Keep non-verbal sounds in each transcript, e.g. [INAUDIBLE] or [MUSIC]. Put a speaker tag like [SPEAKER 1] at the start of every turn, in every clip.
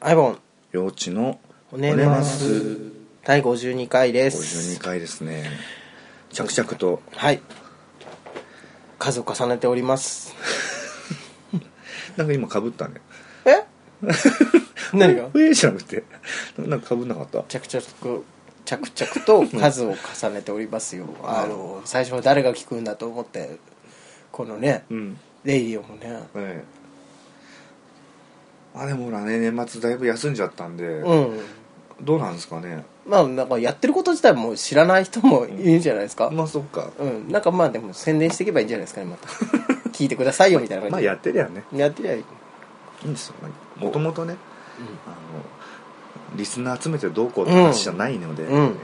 [SPEAKER 1] アイボン
[SPEAKER 2] 幼稚の
[SPEAKER 1] 骨ます第52回です
[SPEAKER 2] 52回ですね着々と
[SPEAKER 1] はい数を重ねております
[SPEAKER 2] なんか今かぶったね
[SPEAKER 1] え [LAUGHS] 何が
[SPEAKER 2] ええじゃなくてなんかかぶんなかった
[SPEAKER 1] 着々着々と数を重ねておりますよあの最初は誰が聞くんだと思ってこのね、
[SPEAKER 2] うん
[SPEAKER 1] レイディオもね
[SPEAKER 2] ええあでもほらね年末だいぶ休んじゃったんで、
[SPEAKER 1] うん
[SPEAKER 2] どうなんですかね
[SPEAKER 1] まあなんかやってること自体も知らない人もいるんじゃないですか、
[SPEAKER 2] まあそっか
[SPEAKER 1] うん、なんかまあでも宣伝していけばいいんじゃないですかねま
[SPEAKER 2] [LAUGHS]
[SPEAKER 1] た聞いてくださいよみたいな
[SPEAKER 2] ま
[SPEAKER 1] 感
[SPEAKER 2] あ
[SPEAKER 1] じで、
[SPEAKER 2] やってりゃね
[SPEAKER 1] やってりゃいい、
[SPEAKER 2] いいんですよもともとねあのリスナー集めてどうこうって話じゃないので、
[SPEAKER 1] うんうん
[SPEAKER 2] ええ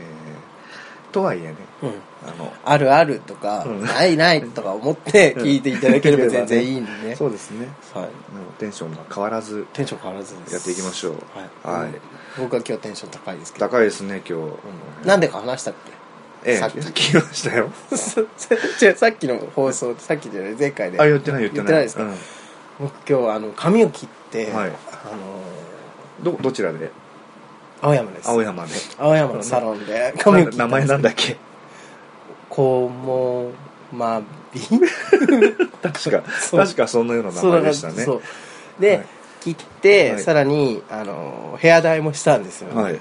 [SPEAKER 2] とはいえね
[SPEAKER 1] うんうん、
[SPEAKER 2] あの
[SPEAKER 1] あるあるとか、
[SPEAKER 2] うん
[SPEAKER 1] ないないとか思って聞いていただければ全然いいんでね
[SPEAKER 2] [LAUGHS] そうですね
[SPEAKER 1] はい、
[SPEAKER 2] もうテンションが変わらず
[SPEAKER 1] テンション変わらずです
[SPEAKER 2] やっていきましょう
[SPEAKER 1] はい、
[SPEAKER 2] はい
[SPEAKER 1] 僕は今日テンション高いですけど、
[SPEAKER 2] 高いですね今日、
[SPEAKER 1] うんなんでか話したっ
[SPEAKER 2] ええ
[SPEAKER 1] さっき
[SPEAKER 2] 聞きましたよ
[SPEAKER 1] け [LAUGHS] 違うさっきの放送さっきじゃない前回で
[SPEAKER 2] あ言ってない言ってない
[SPEAKER 1] ですか、僕今日あの髪を切って、
[SPEAKER 2] は
[SPEAKER 1] あの
[SPEAKER 2] いうん、どどちらで
[SPEAKER 1] 青山です
[SPEAKER 2] 青山で
[SPEAKER 1] 青山のサロンで髪を
[SPEAKER 2] な
[SPEAKER 1] 切った
[SPEAKER 2] [LAUGHS] 名前なんだっけ
[SPEAKER 1] こもまび
[SPEAKER 2] 確か
[SPEAKER 1] そう
[SPEAKER 2] 確かそんなような名前でしたね
[SPEAKER 1] そうで、
[SPEAKER 2] はい
[SPEAKER 1] 切って、
[SPEAKER 2] はい
[SPEAKER 1] さらにあのヘアダイもしたんですよ、
[SPEAKER 2] はい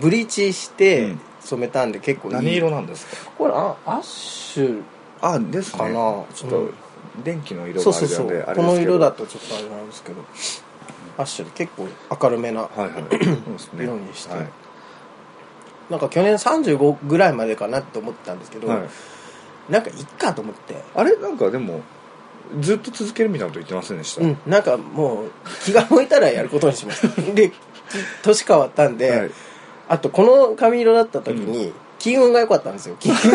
[SPEAKER 1] ブリーチして
[SPEAKER 2] うん
[SPEAKER 1] 染めたんで結構いい
[SPEAKER 2] 何色なんですか
[SPEAKER 1] これあアッシュ
[SPEAKER 2] あですね
[SPEAKER 1] かな
[SPEAKER 2] ちょっと、
[SPEAKER 1] うん
[SPEAKER 2] 電気の色
[SPEAKER 1] そう
[SPEAKER 2] があ
[SPEAKER 1] そ
[SPEAKER 2] れ
[SPEAKER 1] う
[SPEAKER 2] な
[SPEAKER 1] そ
[SPEAKER 2] んで
[SPEAKER 1] う
[SPEAKER 2] あれですけど
[SPEAKER 1] この色だとちょっとあれなんですけどアッシュで結構明るめな、
[SPEAKER 2] はい
[SPEAKER 1] [CLEARS THROAT]
[SPEAKER 2] はいそうですね
[SPEAKER 1] 色にして
[SPEAKER 2] はい
[SPEAKER 1] なんか去年35ぐらいまでかなと思ってたんですけど、
[SPEAKER 2] はい
[SPEAKER 1] なんかいっかと思って
[SPEAKER 2] あれなんかでもずっと続けるみたいなこと言ってませんでした、
[SPEAKER 1] うん、なんかもう気が向いたらやることにしました
[SPEAKER 2] [LAUGHS]
[SPEAKER 1] で年変わったんで、
[SPEAKER 2] はい
[SPEAKER 1] あとこの髪色だった時に金運が良かったんですよ金
[SPEAKER 2] [LAUGHS]
[SPEAKER 1] 運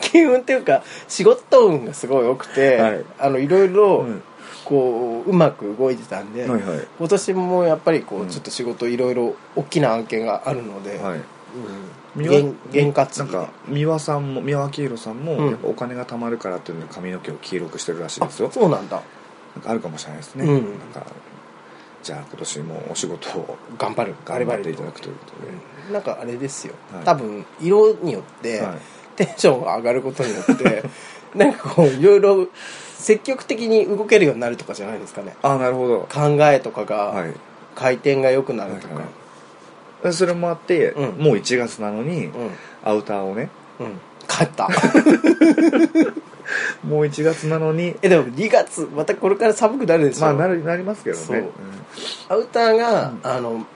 [SPEAKER 1] 金運っていうか仕事運がすごい良くて、
[SPEAKER 2] はい
[SPEAKER 1] あのいろいろ
[SPEAKER 2] うん
[SPEAKER 1] こううまく動いてたんで、
[SPEAKER 2] はいはい
[SPEAKER 1] 今年もやっぱりこ
[SPEAKER 2] う
[SPEAKER 1] うんちょっと仕事いろいろ大きな案件があるので、
[SPEAKER 2] は
[SPEAKER 1] う
[SPEAKER 2] い
[SPEAKER 1] ん、
[SPEAKER 2] 三輪
[SPEAKER 1] 験験担
[SPEAKER 2] なん
[SPEAKER 1] ぎで
[SPEAKER 2] か三輪さんも三輪明宏さんも、
[SPEAKER 1] うん
[SPEAKER 2] やっぱお金が貯まるからっていうので髪の毛を黄色くしてるらしい
[SPEAKER 1] あ
[SPEAKER 2] ですよ
[SPEAKER 1] そうなんだ
[SPEAKER 2] なんかあるかもしれないですね、
[SPEAKER 1] うん
[SPEAKER 2] なんかじゃあ今年もお仕事を
[SPEAKER 1] 頑張る
[SPEAKER 2] 頑張ってい
[SPEAKER 1] と
[SPEAKER 2] ただくということで、
[SPEAKER 1] うんなんかあれですよ、
[SPEAKER 2] はい
[SPEAKER 1] 多分色によって、
[SPEAKER 2] はい
[SPEAKER 1] テンションが上がることによって [LAUGHS] なんかこういろいろ積極的に動けるようになるとかじゃないですかね
[SPEAKER 2] ああなるほど
[SPEAKER 1] 考えとか
[SPEAKER 2] は
[SPEAKER 1] が
[SPEAKER 2] い
[SPEAKER 1] 回転が良くなるとか、
[SPEAKER 2] はいはいでそれもあって、
[SPEAKER 1] うん
[SPEAKER 2] もう1月なのに、アウターをね
[SPEAKER 1] うんうん勝った [LAUGHS]
[SPEAKER 2] もう1月なのに
[SPEAKER 1] えでも2月またこれから寒くなるでしょ、
[SPEAKER 2] まあなるなりますけど
[SPEAKER 1] そう
[SPEAKER 2] ね、
[SPEAKER 1] アウターが、
[SPEAKER 2] うん
[SPEAKER 1] あの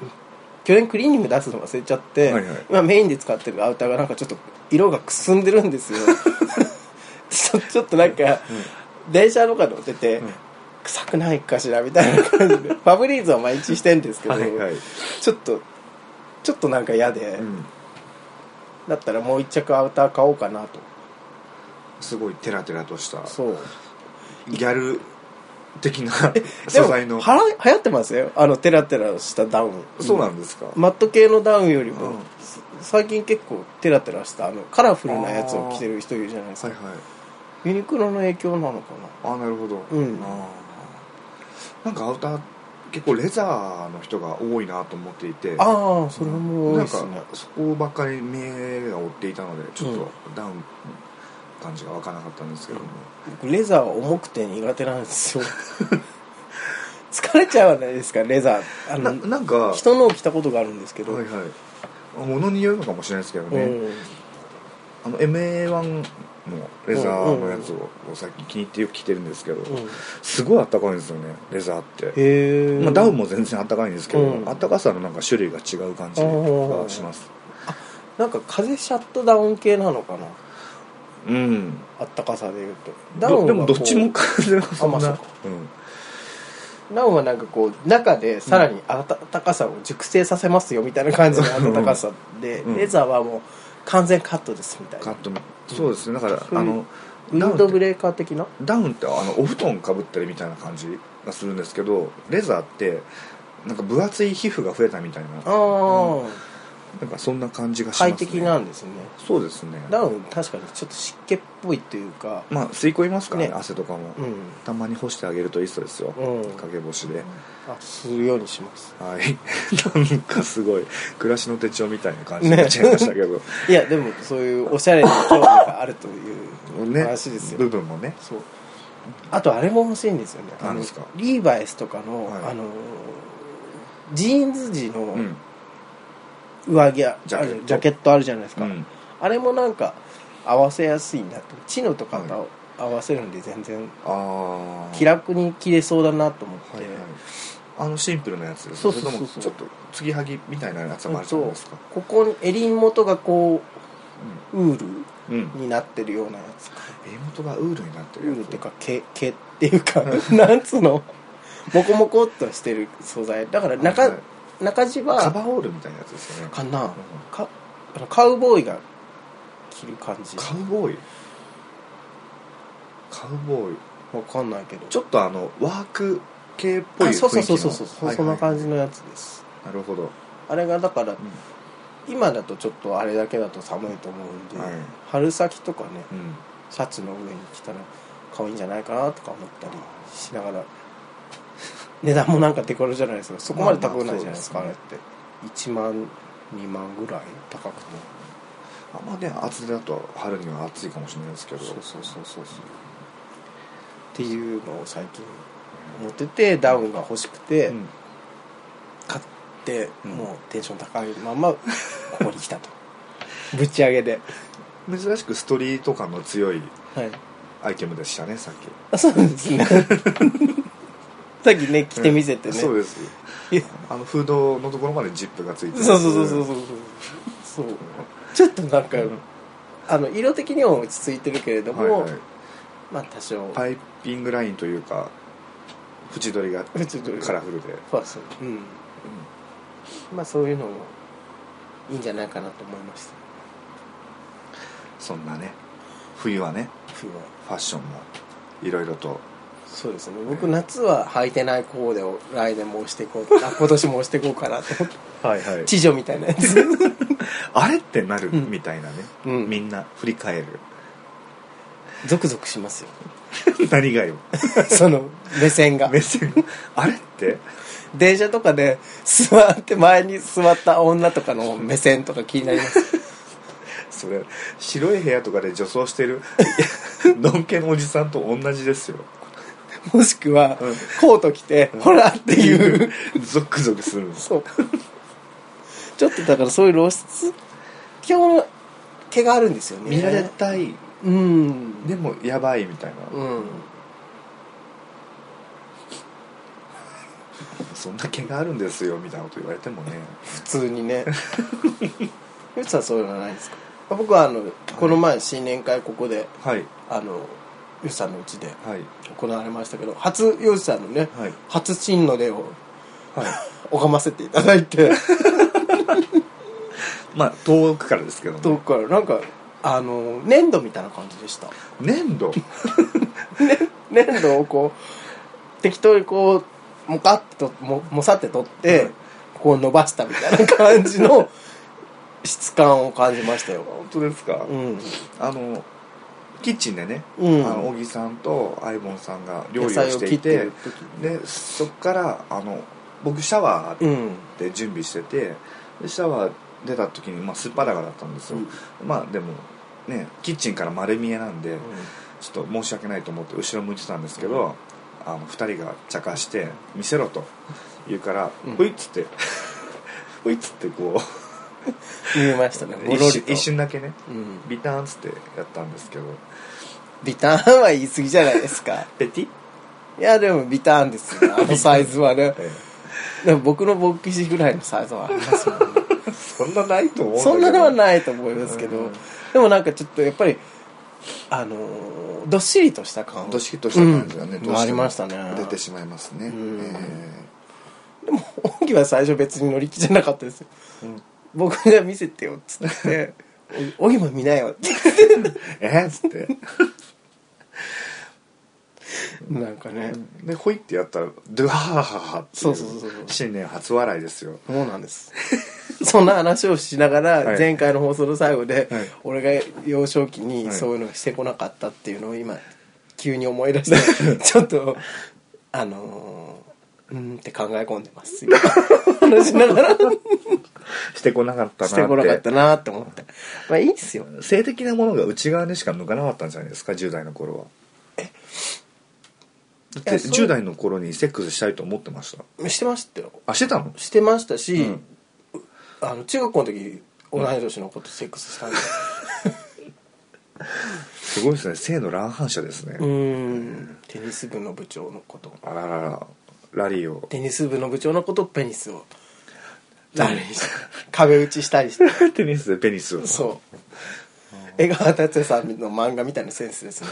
[SPEAKER 1] 去年クリーニング出すの忘れちゃって、
[SPEAKER 2] はいはい
[SPEAKER 1] 今メインで使ってるアウターがなんかちょっと色がくすんでるん
[SPEAKER 2] [LAUGHS]
[SPEAKER 1] ですよちょちょっとなんか、電車とか乗ってて、
[SPEAKER 2] ん
[SPEAKER 1] 臭くないかしらみたいな感
[SPEAKER 2] [LAUGHS]
[SPEAKER 1] じでファブリーズは毎日してんですけ
[SPEAKER 2] うん
[SPEAKER 1] ど、
[SPEAKER 2] はいはい、
[SPEAKER 1] ちょっとちょっとなんか嫌で、
[SPEAKER 2] うん、
[SPEAKER 1] だったらもう一着アウター買おうかなと
[SPEAKER 2] すごいテラテラとした
[SPEAKER 1] そう
[SPEAKER 2] ギャル的な素材の
[SPEAKER 1] はら流行ってますよあのテラテラしたダウン
[SPEAKER 2] そうなんですか、
[SPEAKER 1] マット系のダウンよりも、
[SPEAKER 2] うん
[SPEAKER 1] す最近結構テラテラしたあのカラフルなやつを着てる人いるじゃないです
[SPEAKER 2] はい
[SPEAKER 1] か
[SPEAKER 2] はい
[SPEAKER 1] ユニクロの影響なのかな
[SPEAKER 2] ああなるほど、
[SPEAKER 1] うん
[SPEAKER 2] あーなんかアウター結構レザーの人が多いなと思っていて
[SPEAKER 1] ああそれも多い
[SPEAKER 2] なん
[SPEAKER 1] です
[SPEAKER 2] か
[SPEAKER 1] ね
[SPEAKER 2] そこばっかり目が追っていたのでちょっ
[SPEAKER 1] うん
[SPEAKER 2] とダウン感じがわからなかったんですけども、
[SPEAKER 1] 僕レザーは重くて苦手なんですよ [LAUGHS] 疲れちゃわないですかレザーあ
[SPEAKER 2] な
[SPEAKER 1] の
[SPEAKER 2] なんかは
[SPEAKER 1] 人のを着たことがあるんですけ
[SPEAKER 2] い
[SPEAKER 1] ど、
[SPEAKER 2] はいあ物によるのかもしれないですけどね、
[SPEAKER 1] うん
[SPEAKER 2] あの MA1 のレザーのやつを最近気に入ってよく着てるんですけど、
[SPEAKER 1] うん、へ
[SPEAKER 2] すごいあったかいんですよねレザーって、
[SPEAKER 1] え、
[SPEAKER 2] まあ、ダウンも全然あったかいんですけど、
[SPEAKER 1] うん
[SPEAKER 2] あったかさのなんか種類が違う感じがします
[SPEAKER 1] なんか風シャットダウン系なのかな
[SPEAKER 2] うん
[SPEAKER 1] あったかさでいうとダウン
[SPEAKER 2] ど
[SPEAKER 1] は
[SPEAKER 2] でもどっちも
[SPEAKER 1] こ
[SPEAKER 2] 風はそんな、
[SPEAKER 1] あまあそう
[SPEAKER 2] う
[SPEAKER 1] か
[SPEAKER 2] ん、
[SPEAKER 1] うダウンはなんかこう中でさらに暖かさを熟成させますよみたいな感じの暖かさで、
[SPEAKER 2] うん
[SPEAKER 1] レザーはもう完全カットですみたい
[SPEAKER 2] カッ
[SPEAKER 1] な
[SPEAKER 2] トのそうですねだから、
[SPEAKER 1] うん
[SPEAKER 2] あの
[SPEAKER 1] ウ
[SPEAKER 2] ダ
[SPEAKER 1] ィ
[SPEAKER 2] ウ
[SPEAKER 1] ンド
[SPEAKER 2] ンっ
[SPEAKER 1] ブ
[SPEAKER 2] て
[SPEAKER 1] レーカー的な
[SPEAKER 2] ダウンってあのお布団かぶってるみたいな感じがするんですけどレザーってなんか分厚い皮膚が増えたみたいな
[SPEAKER 1] ああ、
[SPEAKER 2] なんかそんな感じがしますね
[SPEAKER 1] 快適なんですね
[SPEAKER 2] そうですね
[SPEAKER 1] ダウン確かにちょっと湿気っぽいっていうか
[SPEAKER 2] まあ吸い込みますからね
[SPEAKER 1] ね
[SPEAKER 2] 汗とかも、
[SPEAKER 1] うん
[SPEAKER 2] たまに干してあげるといいそうですよ、
[SPEAKER 1] うん
[SPEAKER 2] 陰干しで、
[SPEAKER 1] あするようにします
[SPEAKER 2] はい [LAUGHS] なんかすごい暮らしの手帳みたいな感じになっちゃいましたけど、
[SPEAKER 1] いやでもそういうおしゃれに興味があるという
[SPEAKER 2] ね
[SPEAKER 1] 話ですよ、
[SPEAKER 2] 部分もね
[SPEAKER 1] そうあとあれも欲しいんですよねあ
[SPEAKER 2] 何
[SPEAKER 1] の
[SPEAKER 2] ですか
[SPEAKER 1] リーバイスとかの,、
[SPEAKER 2] はい
[SPEAKER 1] あのジーンズ時の
[SPEAKER 2] うん
[SPEAKER 1] 上着あ
[SPEAKER 2] ジャケット
[SPEAKER 1] あるジャケットあるじゃないです
[SPEAKER 2] う
[SPEAKER 1] か、
[SPEAKER 2] ん
[SPEAKER 1] あれもなんか合わせやすいなとチノとかと合わせるんで全然
[SPEAKER 2] ああ
[SPEAKER 1] 気楽に着れそうだなと思って、
[SPEAKER 2] はいはいあのシンプルなやつです
[SPEAKER 1] そうそうそう
[SPEAKER 2] れともちょっと継ぎはぎみたいなやつもあるじゃないですか
[SPEAKER 1] ここに襟元がこうウー
[SPEAKER 2] うん、うん
[SPEAKER 1] ルになってるようなやつ
[SPEAKER 2] 襟元がウールになって
[SPEAKER 1] ウ
[SPEAKER 2] るや
[SPEAKER 1] ール
[SPEAKER 2] つ
[SPEAKER 1] っていうか毛毛っていうか [LAUGHS] なんつうのモコモコっとしてる素材だから中,、
[SPEAKER 2] はいはい
[SPEAKER 1] 中地
[SPEAKER 2] カ
[SPEAKER 1] は
[SPEAKER 2] バーオールみたいなやつですよね
[SPEAKER 1] かなかあのカウボーイが着る感じ
[SPEAKER 2] カウボーイカウボーイ
[SPEAKER 1] わかんないけど
[SPEAKER 2] ちょっとあのワーク系っぽい
[SPEAKER 1] あ
[SPEAKER 2] 雰囲気
[SPEAKER 1] そ
[SPEAKER 2] の
[SPEAKER 1] うそうそうそうそう、
[SPEAKER 2] はいはい
[SPEAKER 1] そんな感じのやつです
[SPEAKER 2] なるほど、
[SPEAKER 1] あれがだから今だとちょっとあれだけだと寒いと思うんで、
[SPEAKER 2] はい
[SPEAKER 1] 春先とかね
[SPEAKER 2] うん
[SPEAKER 1] シャツの上に着たら可愛いんじゃないかなとか思ったりしながら [LAUGHS] 値段もなんかデコルじゃないですかそこまで高くないじゃないですか、
[SPEAKER 2] まあ
[SPEAKER 1] あ
[SPEAKER 2] まあ
[SPEAKER 1] れって1万2万ぐらい高くて
[SPEAKER 2] あんまね厚手だと春には暑いかもしれないですけど
[SPEAKER 1] そうそうそうそうそうっていうのを最近持っててダウンが欲しくて、
[SPEAKER 2] うん
[SPEAKER 1] 買って、
[SPEAKER 2] うん
[SPEAKER 1] もうテンション高いままここに来
[SPEAKER 2] [LAUGHS]
[SPEAKER 1] たとぶち上げで
[SPEAKER 2] 珍しくストリート感の強い
[SPEAKER 1] はい
[SPEAKER 2] アイテムでしたねさっき
[SPEAKER 1] あそうです [LAUGHS] ねさっきね着てみせてね、
[SPEAKER 2] そうですあのフードのところまでジップがついてる
[SPEAKER 1] そうそうそうそうそうそうちょっとなんか、
[SPEAKER 2] うん
[SPEAKER 1] あの色的には落ち着いてるけれども、
[SPEAKER 2] はいはい
[SPEAKER 1] まあ多少
[SPEAKER 2] パイピングラインというか縁取りが
[SPEAKER 1] 縁取り
[SPEAKER 2] カラフルで
[SPEAKER 1] そうですうんまあそういうのもいいんじゃないかなと思いました
[SPEAKER 2] そんなね冬はね
[SPEAKER 1] 冬は
[SPEAKER 2] ファッションもいろいろと
[SPEAKER 1] そうですね僕夏は履いてないコーデを来年も押していこうあ今年も押していこうかなと思って [LAUGHS]
[SPEAKER 2] はいはい
[SPEAKER 1] 地女みたいなやつ
[SPEAKER 2] あれってなる
[SPEAKER 1] うん
[SPEAKER 2] みたいなね、
[SPEAKER 1] うん
[SPEAKER 2] みんな振り返る [LAUGHS]
[SPEAKER 1] ゾクゾクしますよ
[SPEAKER 2] 何がよ
[SPEAKER 1] [LAUGHS] その目線が
[SPEAKER 2] 目線あれって
[SPEAKER 1] 電車とかで座って前に座った女とかの目線とか気になります
[SPEAKER 2] それ白い部屋とかで女装
[SPEAKER 1] [LAUGHS]
[SPEAKER 2] してるのんけのおじさんと同じですよ
[SPEAKER 1] もしくは、
[SPEAKER 2] うん
[SPEAKER 1] コート着て、ほらって [LAUGHS] いう。
[SPEAKER 2] ゾクゾクするんです
[SPEAKER 1] そう。ちょっとだからそういう露出今の毛があるんですよね。
[SPEAKER 2] 見られたい
[SPEAKER 1] うん。
[SPEAKER 2] でもやばいみたいな、
[SPEAKER 1] うん。
[SPEAKER 2] そんな毛があるんですよみたいなこと言われてもね
[SPEAKER 1] 普通に [LAUGHS] ね。ゆつさんそういうのはないですか僕はあの、この前新年会ここで、
[SPEAKER 2] はい
[SPEAKER 1] あの、ゆつさんのうちで
[SPEAKER 2] はい
[SPEAKER 1] 行われましたけど、初、ゆつさんのね、
[SPEAKER 2] はい
[SPEAKER 1] 初新の礼を
[SPEAKER 2] はい
[SPEAKER 1] 拝ませていただい [LAUGHS] て、
[SPEAKER 2] まあ遠くからですけど
[SPEAKER 1] ど
[SPEAKER 2] ね
[SPEAKER 1] うから、なんか、あの、粘土みたいな感じでした。
[SPEAKER 2] 粘
[SPEAKER 1] [LAUGHS]
[SPEAKER 2] 土
[SPEAKER 1] 粘土をこう適当にこうもかってとももさって取って、こう伸ばしたみたいな感じ [LAUGHS] の質感を感じましたよ
[SPEAKER 2] 本当ですか、
[SPEAKER 1] うん
[SPEAKER 2] あのキッチンでね、
[SPEAKER 1] うん
[SPEAKER 2] あの小木さんと相棒さんが料
[SPEAKER 1] 野
[SPEAKER 2] 理を
[SPEAKER 1] 菜
[SPEAKER 2] し
[SPEAKER 1] を
[SPEAKER 2] て
[SPEAKER 1] 切
[SPEAKER 2] い
[SPEAKER 1] って
[SPEAKER 2] て
[SPEAKER 1] る時に
[SPEAKER 2] でそっからあの僕シャワ
[SPEAKER 1] う
[SPEAKER 2] ー
[SPEAKER 1] ん
[SPEAKER 2] で準備しててでシャワー出た時に、まあ、すっぱだかだったんですよ、まあでもねキッチンから丸見えなんで、ちょっと申し訳ないと思って後ろ向いてたんですけど、あの2人が茶化して「見せろ」と言うから「
[SPEAKER 1] うん
[SPEAKER 2] ほい」っつって [LAUGHS] 「ほい」っつってこう
[SPEAKER 1] 見えましたねごろ
[SPEAKER 2] 一
[SPEAKER 1] り
[SPEAKER 2] 瞬
[SPEAKER 1] と
[SPEAKER 2] 一瞬だけね
[SPEAKER 1] うん、
[SPEAKER 2] ビターンっつってやったんですけど
[SPEAKER 1] ビターンは言い過ぎじゃないです [LAUGHS] か
[SPEAKER 2] ペティ
[SPEAKER 1] いやでもビターンですよあのサイズはね
[SPEAKER 2] え
[SPEAKER 1] でも僕のボックスぐらいのサイズはありますもんね
[SPEAKER 2] そんなないと思うんだけど
[SPEAKER 1] そんなのはないと思いますけど、
[SPEAKER 2] うん
[SPEAKER 1] でもなんかちょっとやっぱりあのーどっしりとした感
[SPEAKER 2] どっしりとした感じがね、
[SPEAKER 1] うん
[SPEAKER 2] どうしても
[SPEAKER 1] ありましたね
[SPEAKER 2] 出てしまいますね、
[SPEAKER 1] ん
[SPEAKER 2] え
[SPEAKER 1] でも本気は最初別に乗り気じゃなかったですよ
[SPEAKER 2] ーうん
[SPEAKER 1] 僕が見せてよっつって
[SPEAKER 2] [LAUGHS]
[SPEAKER 1] 「お荻も見なよ」って
[SPEAKER 2] えっつって
[SPEAKER 1] なんかね、
[SPEAKER 2] でホイってやったらドゥハハハハってい
[SPEAKER 1] そうそうそうそう
[SPEAKER 2] 新年初笑いですよ
[SPEAKER 1] そうなんです [LAUGHS] そんな話をしなが
[SPEAKER 2] は
[SPEAKER 1] ら
[SPEAKER 2] い
[SPEAKER 1] 前回の放送の最後で
[SPEAKER 2] はい
[SPEAKER 1] 俺が幼少期に
[SPEAKER 2] はい
[SPEAKER 1] そういうのをしてこなかったっていうのを今急に思い出
[SPEAKER 2] [LAUGHS]
[SPEAKER 1] してちょっとあのーうーんって考え込んでます今話しながら
[SPEAKER 2] してこなかったなっ
[SPEAKER 1] し
[SPEAKER 2] て
[SPEAKER 1] てこなかったなって思ってまあいいっすよ
[SPEAKER 2] 性的なものが内側にしか向かなかったんじゃないですか10代の頃はだって
[SPEAKER 1] いやそう
[SPEAKER 2] 10代の頃にセックスしたいと思ってました
[SPEAKER 1] してましたよ
[SPEAKER 2] あしてたの
[SPEAKER 1] してましたし、
[SPEAKER 2] うん
[SPEAKER 1] あの中学校の時同い年の子とセックス
[SPEAKER 2] [LAUGHS]
[SPEAKER 1] したんで、
[SPEAKER 2] すごいですね性の乱反射ですね、
[SPEAKER 1] うーんテニス部の部長のこと
[SPEAKER 2] あらららラリーを
[SPEAKER 1] テニス部の部長のことペニスをラリーして壁打ちしたりして [LAUGHS]
[SPEAKER 2] テニスでペニスを
[SPEAKER 1] そう江川達也さんの漫画みたいなセンスです [LAUGHS] ね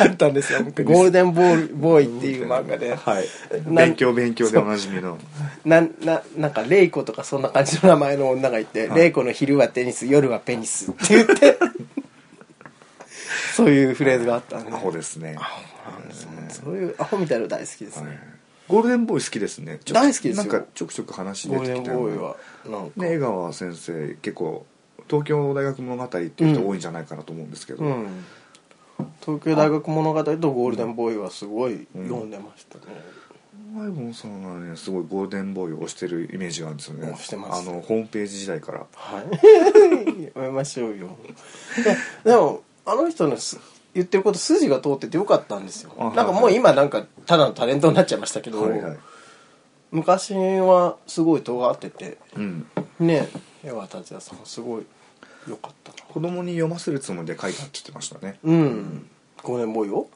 [SPEAKER 1] あったんですよ僕ゴールデンボーイボーイっていう漫画で、
[SPEAKER 2] はい
[SPEAKER 1] なん
[SPEAKER 2] 勉強勉強でおなじみの
[SPEAKER 1] なななんかレイコとかそんな感じの名前の女がいて「
[SPEAKER 2] はい
[SPEAKER 1] レイコの昼はテニス夜はペニス」って言ってそういうフレーズがあったんで
[SPEAKER 2] アホですね
[SPEAKER 1] そういうアホみたいなの大好きですね、
[SPEAKER 2] ゴールデンボーイ好きですねちょ
[SPEAKER 1] 大好きですよ
[SPEAKER 2] なんかちょくちょく話
[SPEAKER 1] ゴール
[SPEAKER 2] 出て
[SPEAKER 1] デ
[SPEAKER 2] き
[SPEAKER 1] ン
[SPEAKER 2] た
[SPEAKER 1] ボ
[SPEAKER 2] よ
[SPEAKER 1] ーイ
[SPEAKER 2] ね
[SPEAKER 1] はなんか、
[SPEAKER 2] ね江川先生結構東京大学物語っていう人多いんじゃないかなと思うんですけど、
[SPEAKER 1] うん東京大学物語とゴールデンボーイはすごい読んでましたね、
[SPEAKER 2] マイボンさんはねすごいゴールデンボーイを推してるイメージがあるんですよね
[SPEAKER 1] 推してます
[SPEAKER 2] あのホームページ時代から
[SPEAKER 1] はい [LAUGHS] やめましょうよででもあの人のす言ってること筋が通っててよかったんですよ
[SPEAKER 2] あはい
[SPEAKER 1] なんかもう今なんかただのタレントになっちゃいましたけど、
[SPEAKER 2] はいはい
[SPEAKER 1] 昔はすごい尖ってて
[SPEAKER 2] うん
[SPEAKER 1] ねえ江川達也さんすごいよかったな
[SPEAKER 2] 子供に読ませるつもりで書いたって言ってましたね
[SPEAKER 1] うん5年後よ、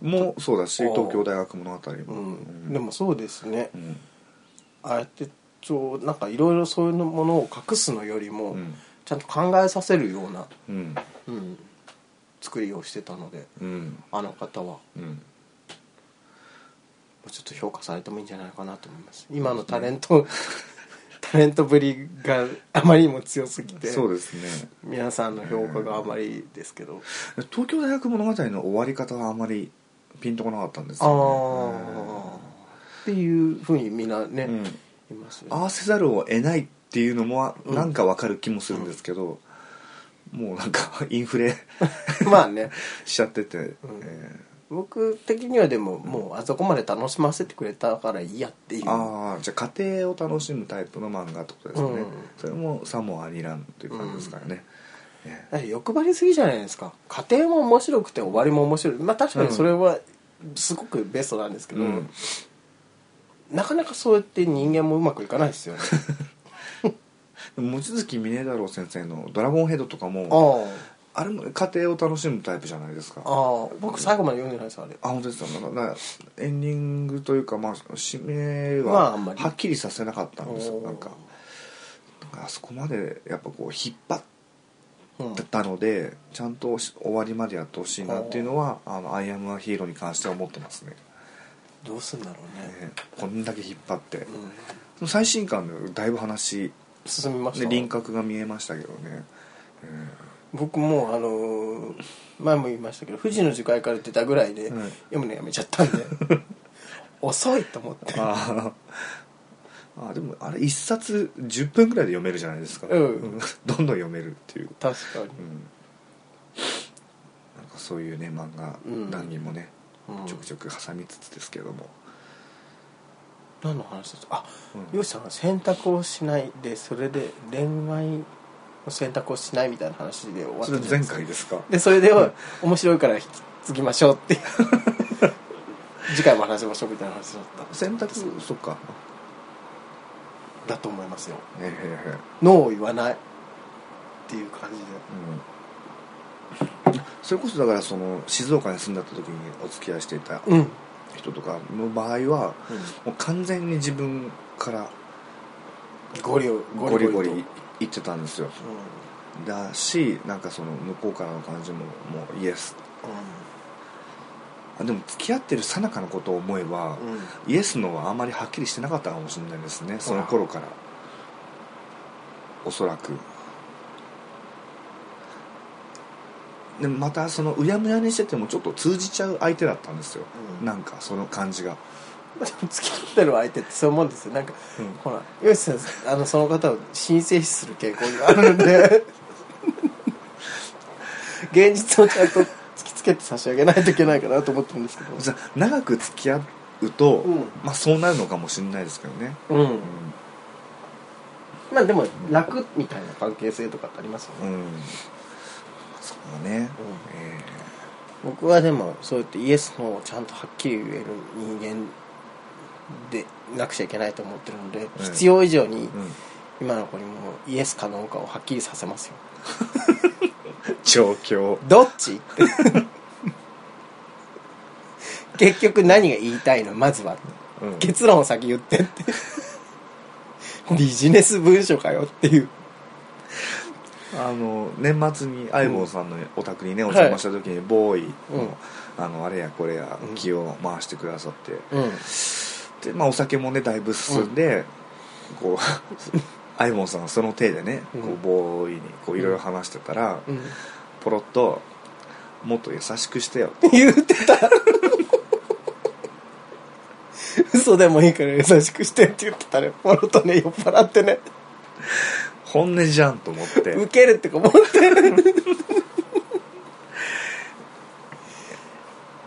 [SPEAKER 2] もうそうだし
[SPEAKER 1] あー
[SPEAKER 2] 東京大学物語
[SPEAKER 1] う
[SPEAKER 2] も、うん
[SPEAKER 1] ん、でもそうですね、
[SPEAKER 2] うん
[SPEAKER 1] ああやってちょなんかいろいろそういうものを隠すのよりも、
[SPEAKER 2] うん
[SPEAKER 1] ちゃんと考えさせるような、
[SPEAKER 2] うん
[SPEAKER 1] うん、作りをしてたので
[SPEAKER 2] うん
[SPEAKER 1] あの方はも
[SPEAKER 2] うん
[SPEAKER 1] うちょっと評価されてもいいんじゃないかなと思います今のタレント、タレントぶりがあまりにも強すぎて
[SPEAKER 2] そうですね
[SPEAKER 1] 皆さんの評価があまりですけど、
[SPEAKER 2] 東京大学物語の終わり方はあんまりピンとこなかったんです
[SPEAKER 1] ああ
[SPEAKER 2] よ
[SPEAKER 1] ーっていうふうにみんなね、
[SPEAKER 2] ね、うん
[SPEAKER 1] いますよね
[SPEAKER 2] 合わせざるを得ないっていうのも
[SPEAKER 1] ん
[SPEAKER 2] なんかわかる気もするんですけど、もうなんか [LAUGHS] インフレ
[SPEAKER 1] まあね
[SPEAKER 2] しちゃってて、
[SPEAKER 1] ん
[SPEAKER 2] え
[SPEAKER 1] 僕的にはでももうあそこまで楽しませてくれたからいいやっていう
[SPEAKER 2] ーああじゃあ家庭を楽しむタイプの漫画ってことですね、
[SPEAKER 1] うん
[SPEAKER 2] それもさもありらんという感じですからね、え
[SPEAKER 1] だって欲張りすぎじゃないですか家庭も面白くて終わりも面白いまあ確かにそれはすごくベストなんですけ
[SPEAKER 2] え
[SPEAKER 1] ど、
[SPEAKER 2] うん
[SPEAKER 1] なかなかそうやって人間もうまくいかないですよね
[SPEAKER 2] 望月峰太郎先生の「ドラゴンヘッド」とかも
[SPEAKER 1] あ
[SPEAKER 2] [LAUGHS] あれも家庭を楽しむタイプじゃないですか
[SPEAKER 1] あああ僕最後まで読んでないですあれ
[SPEAKER 2] あ本当ですかなんかなんかエンディングというか、まあ、締め
[SPEAKER 1] まあ
[SPEAKER 2] は
[SPEAKER 1] あんまり
[SPEAKER 2] はっきりさせなかったんですよ、
[SPEAKER 1] おー
[SPEAKER 2] なんかなんかあそこまでやっぱこう引っ張っ
[SPEAKER 1] うん
[SPEAKER 2] たので、ちゃんとし終わりまでやってほしいなっていうのは「あのアイアム・ア・ヒーロー」に関しては思ってますね
[SPEAKER 1] どうすんだろうね、
[SPEAKER 2] ねこんだけ引っ張って
[SPEAKER 1] うん、
[SPEAKER 2] 最新刊でだいぶ話
[SPEAKER 1] 進みまし
[SPEAKER 2] で
[SPEAKER 1] た
[SPEAKER 2] 輪郭が見えましたけどね、
[SPEAKER 1] 僕もうあのー前も言いましたけど富士の樹海から出たぐらいで
[SPEAKER 2] うん
[SPEAKER 1] 読むのやめちゃったんで
[SPEAKER 2] [LAUGHS]
[SPEAKER 1] 遅いと思って
[SPEAKER 2] あ [LAUGHS] ーあーでもあれ一冊10分ぐらいで読めるじゃないですか、
[SPEAKER 1] うん
[SPEAKER 2] どんどん [LAUGHS] 読めるっていう
[SPEAKER 1] 確かに
[SPEAKER 2] うんなんかそういうね漫画
[SPEAKER 1] うん
[SPEAKER 2] 談義もね、
[SPEAKER 1] うん
[SPEAKER 2] ちょくちょく挟みつつですけども、
[SPEAKER 1] 何の話だったあ
[SPEAKER 2] うん
[SPEAKER 1] よしさんが選択をしないでそれで恋愛の選択をしないみたいな話で終わった
[SPEAKER 2] そ
[SPEAKER 1] じゃ
[SPEAKER 2] れ
[SPEAKER 1] ない
[SPEAKER 2] 前
[SPEAKER 1] ですか
[SPEAKER 2] 回ですか
[SPEAKER 1] でそれで面白いから引き継ぎましょうっていう次回も話しましょうみたいな話だった
[SPEAKER 2] 選択そっか
[SPEAKER 1] だと思いますよ
[SPEAKER 2] ええええ
[SPEAKER 1] ノーを言わないっていう感じで
[SPEAKER 2] うんそれこそだからその静岡に住んだった時にお付き合いしていた
[SPEAKER 1] うん、うん、
[SPEAKER 2] 人とかの場合はもう完全に自分から
[SPEAKER 1] ゴリを
[SPEAKER 2] ゴリゴ
[SPEAKER 1] と
[SPEAKER 2] リ言ってたんですよだしなんかその向こうからの感じももうイエスあでも付き合ってる最中のことを思えば、
[SPEAKER 1] うん、うん
[SPEAKER 2] イエスのはあんまりはっきりしてなかったかもしれないですねその頃からおそらくでもまたそのうやむやにしててもちょっと通じちゃう相手だったんですよ、
[SPEAKER 1] うん
[SPEAKER 2] なんかその感じが
[SPEAKER 1] 付き合ってる相手ってそういうもんですよなんか、
[SPEAKER 2] うん
[SPEAKER 1] ほら吉さんあのその方を神聖視する傾向があるん [LAUGHS] で現実をちゃんと突きつけて差し上げないといけないかなと思ってるんですけど
[SPEAKER 2] じゃあ長く付き合うと、
[SPEAKER 1] うん
[SPEAKER 2] まあ、そうなるのかもしれないですけどね、
[SPEAKER 1] うん
[SPEAKER 2] う
[SPEAKER 1] まあでも楽みたいな関係性とかってありますよね、
[SPEAKER 2] んうん、そうだね、
[SPEAKER 1] うん
[SPEAKER 2] え
[SPEAKER 1] 僕はでもそうやってイエスノーをちゃんとはっきり言える人間でなくちゃいけないと思ってるので、
[SPEAKER 2] え
[SPEAKER 1] 必要以上に
[SPEAKER 2] えうん
[SPEAKER 1] 今の子にもイエスかノーかをはっきりさせますよ
[SPEAKER 2] 状況
[SPEAKER 1] どっちって [LAUGHS] 結局何が言いたいのまずは
[SPEAKER 2] うん
[SPEAKER 1] 結論を先言ってってビジネス文書かよっていう
[SPEAKER 2] あの年末に相棒さんのお宅にね、お邪魔した時にボーイ、
[SPEAKER 1] うん
[SPEAKER 2] あのあれやこれや
[SPEAKER 1] うん
[SPEAKER 2] 気を回してくださって、
[SPEAKER 1] うん
[SPEAKER 2] でまあ、お酒もねだいぶ進んで、こう [LAUGHS] アイモンさんはその手でね、
[SPEAKER 1] うん
[SPEAKER 2] こうボーイにこういろいろ話してたら、
[SPEAKER 1] うん
[SPEAKER 2] ポロッと「もっと優しくしてよ」
[SPEAKER 1] 言ってた嘘でもいいから優しくしてって言ってたねポロとね酔っ払ってね
[SPEAKER 2] 本音じゃんと
[SPEAKER 1] [LAUGHS]
[SPEAKER 2] 思って
[SPEAKER 1] ウケるってか思って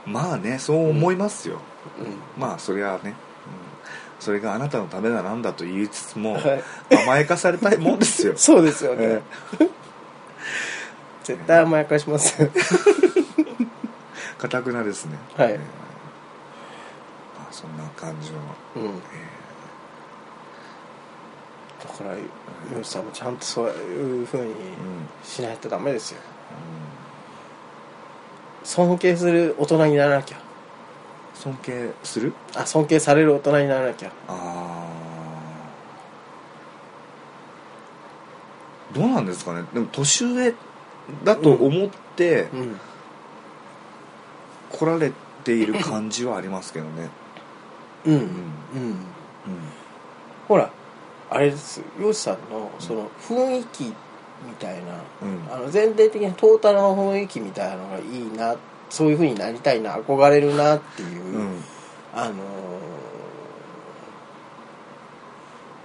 [SPEAKER 2] まあねそう思いますよ、まあそりゃね、うん、それがあなたのためだなんだと言いつつも、
[SPEAKER 1] はい
[SPEAKER 2] 甘やかされたいもんですよ
[SPEAKER 1] [LAUGHS] そうですよね、
[SPEAKER 2] え
[SPEAKER 1] 絶対甘やかしますよ
[SPEAKER 2] えかたくなですね
[SPEAKER 1] はい
[SPEAKER 2] ええまあ、そんな感じの、
[SPEAKER 1] うん
[SPEAKER 2] え
[SPEAKER 1] だからヨシさんもちゃんとそういうふうに
[SPEAKER 2] えうんうん
[SPEAKER 1] しないとダメですよ尊敬する大人にならなきゃ
[SPEAKER 2] 尊敬する
[SPEAKER 1] あ尊敬される大人にならなきゃ
[SPEAKER 2] あーどうなんですかねでも年上だと思って
[SPEAKER 1] うん
[SPEAKER 2] 来られている感じはありますけどね、
[SPEAKER 1] うん
[SPEAKER 2] うん
[SPEAKER 1] うん
[SPEAKER 2] うん
[SPEAKER 1] ほらあれですヨシさんのその雰囲気みたいな
[SPEAKER 2] うん
[SPEAKER 1] あの全体的なトータルの雰囲気みたいなのがいいなそういうふうになりたいな憧れるなっていう、
[SPEAKER 2] うん
[SPEAKER 1] あのー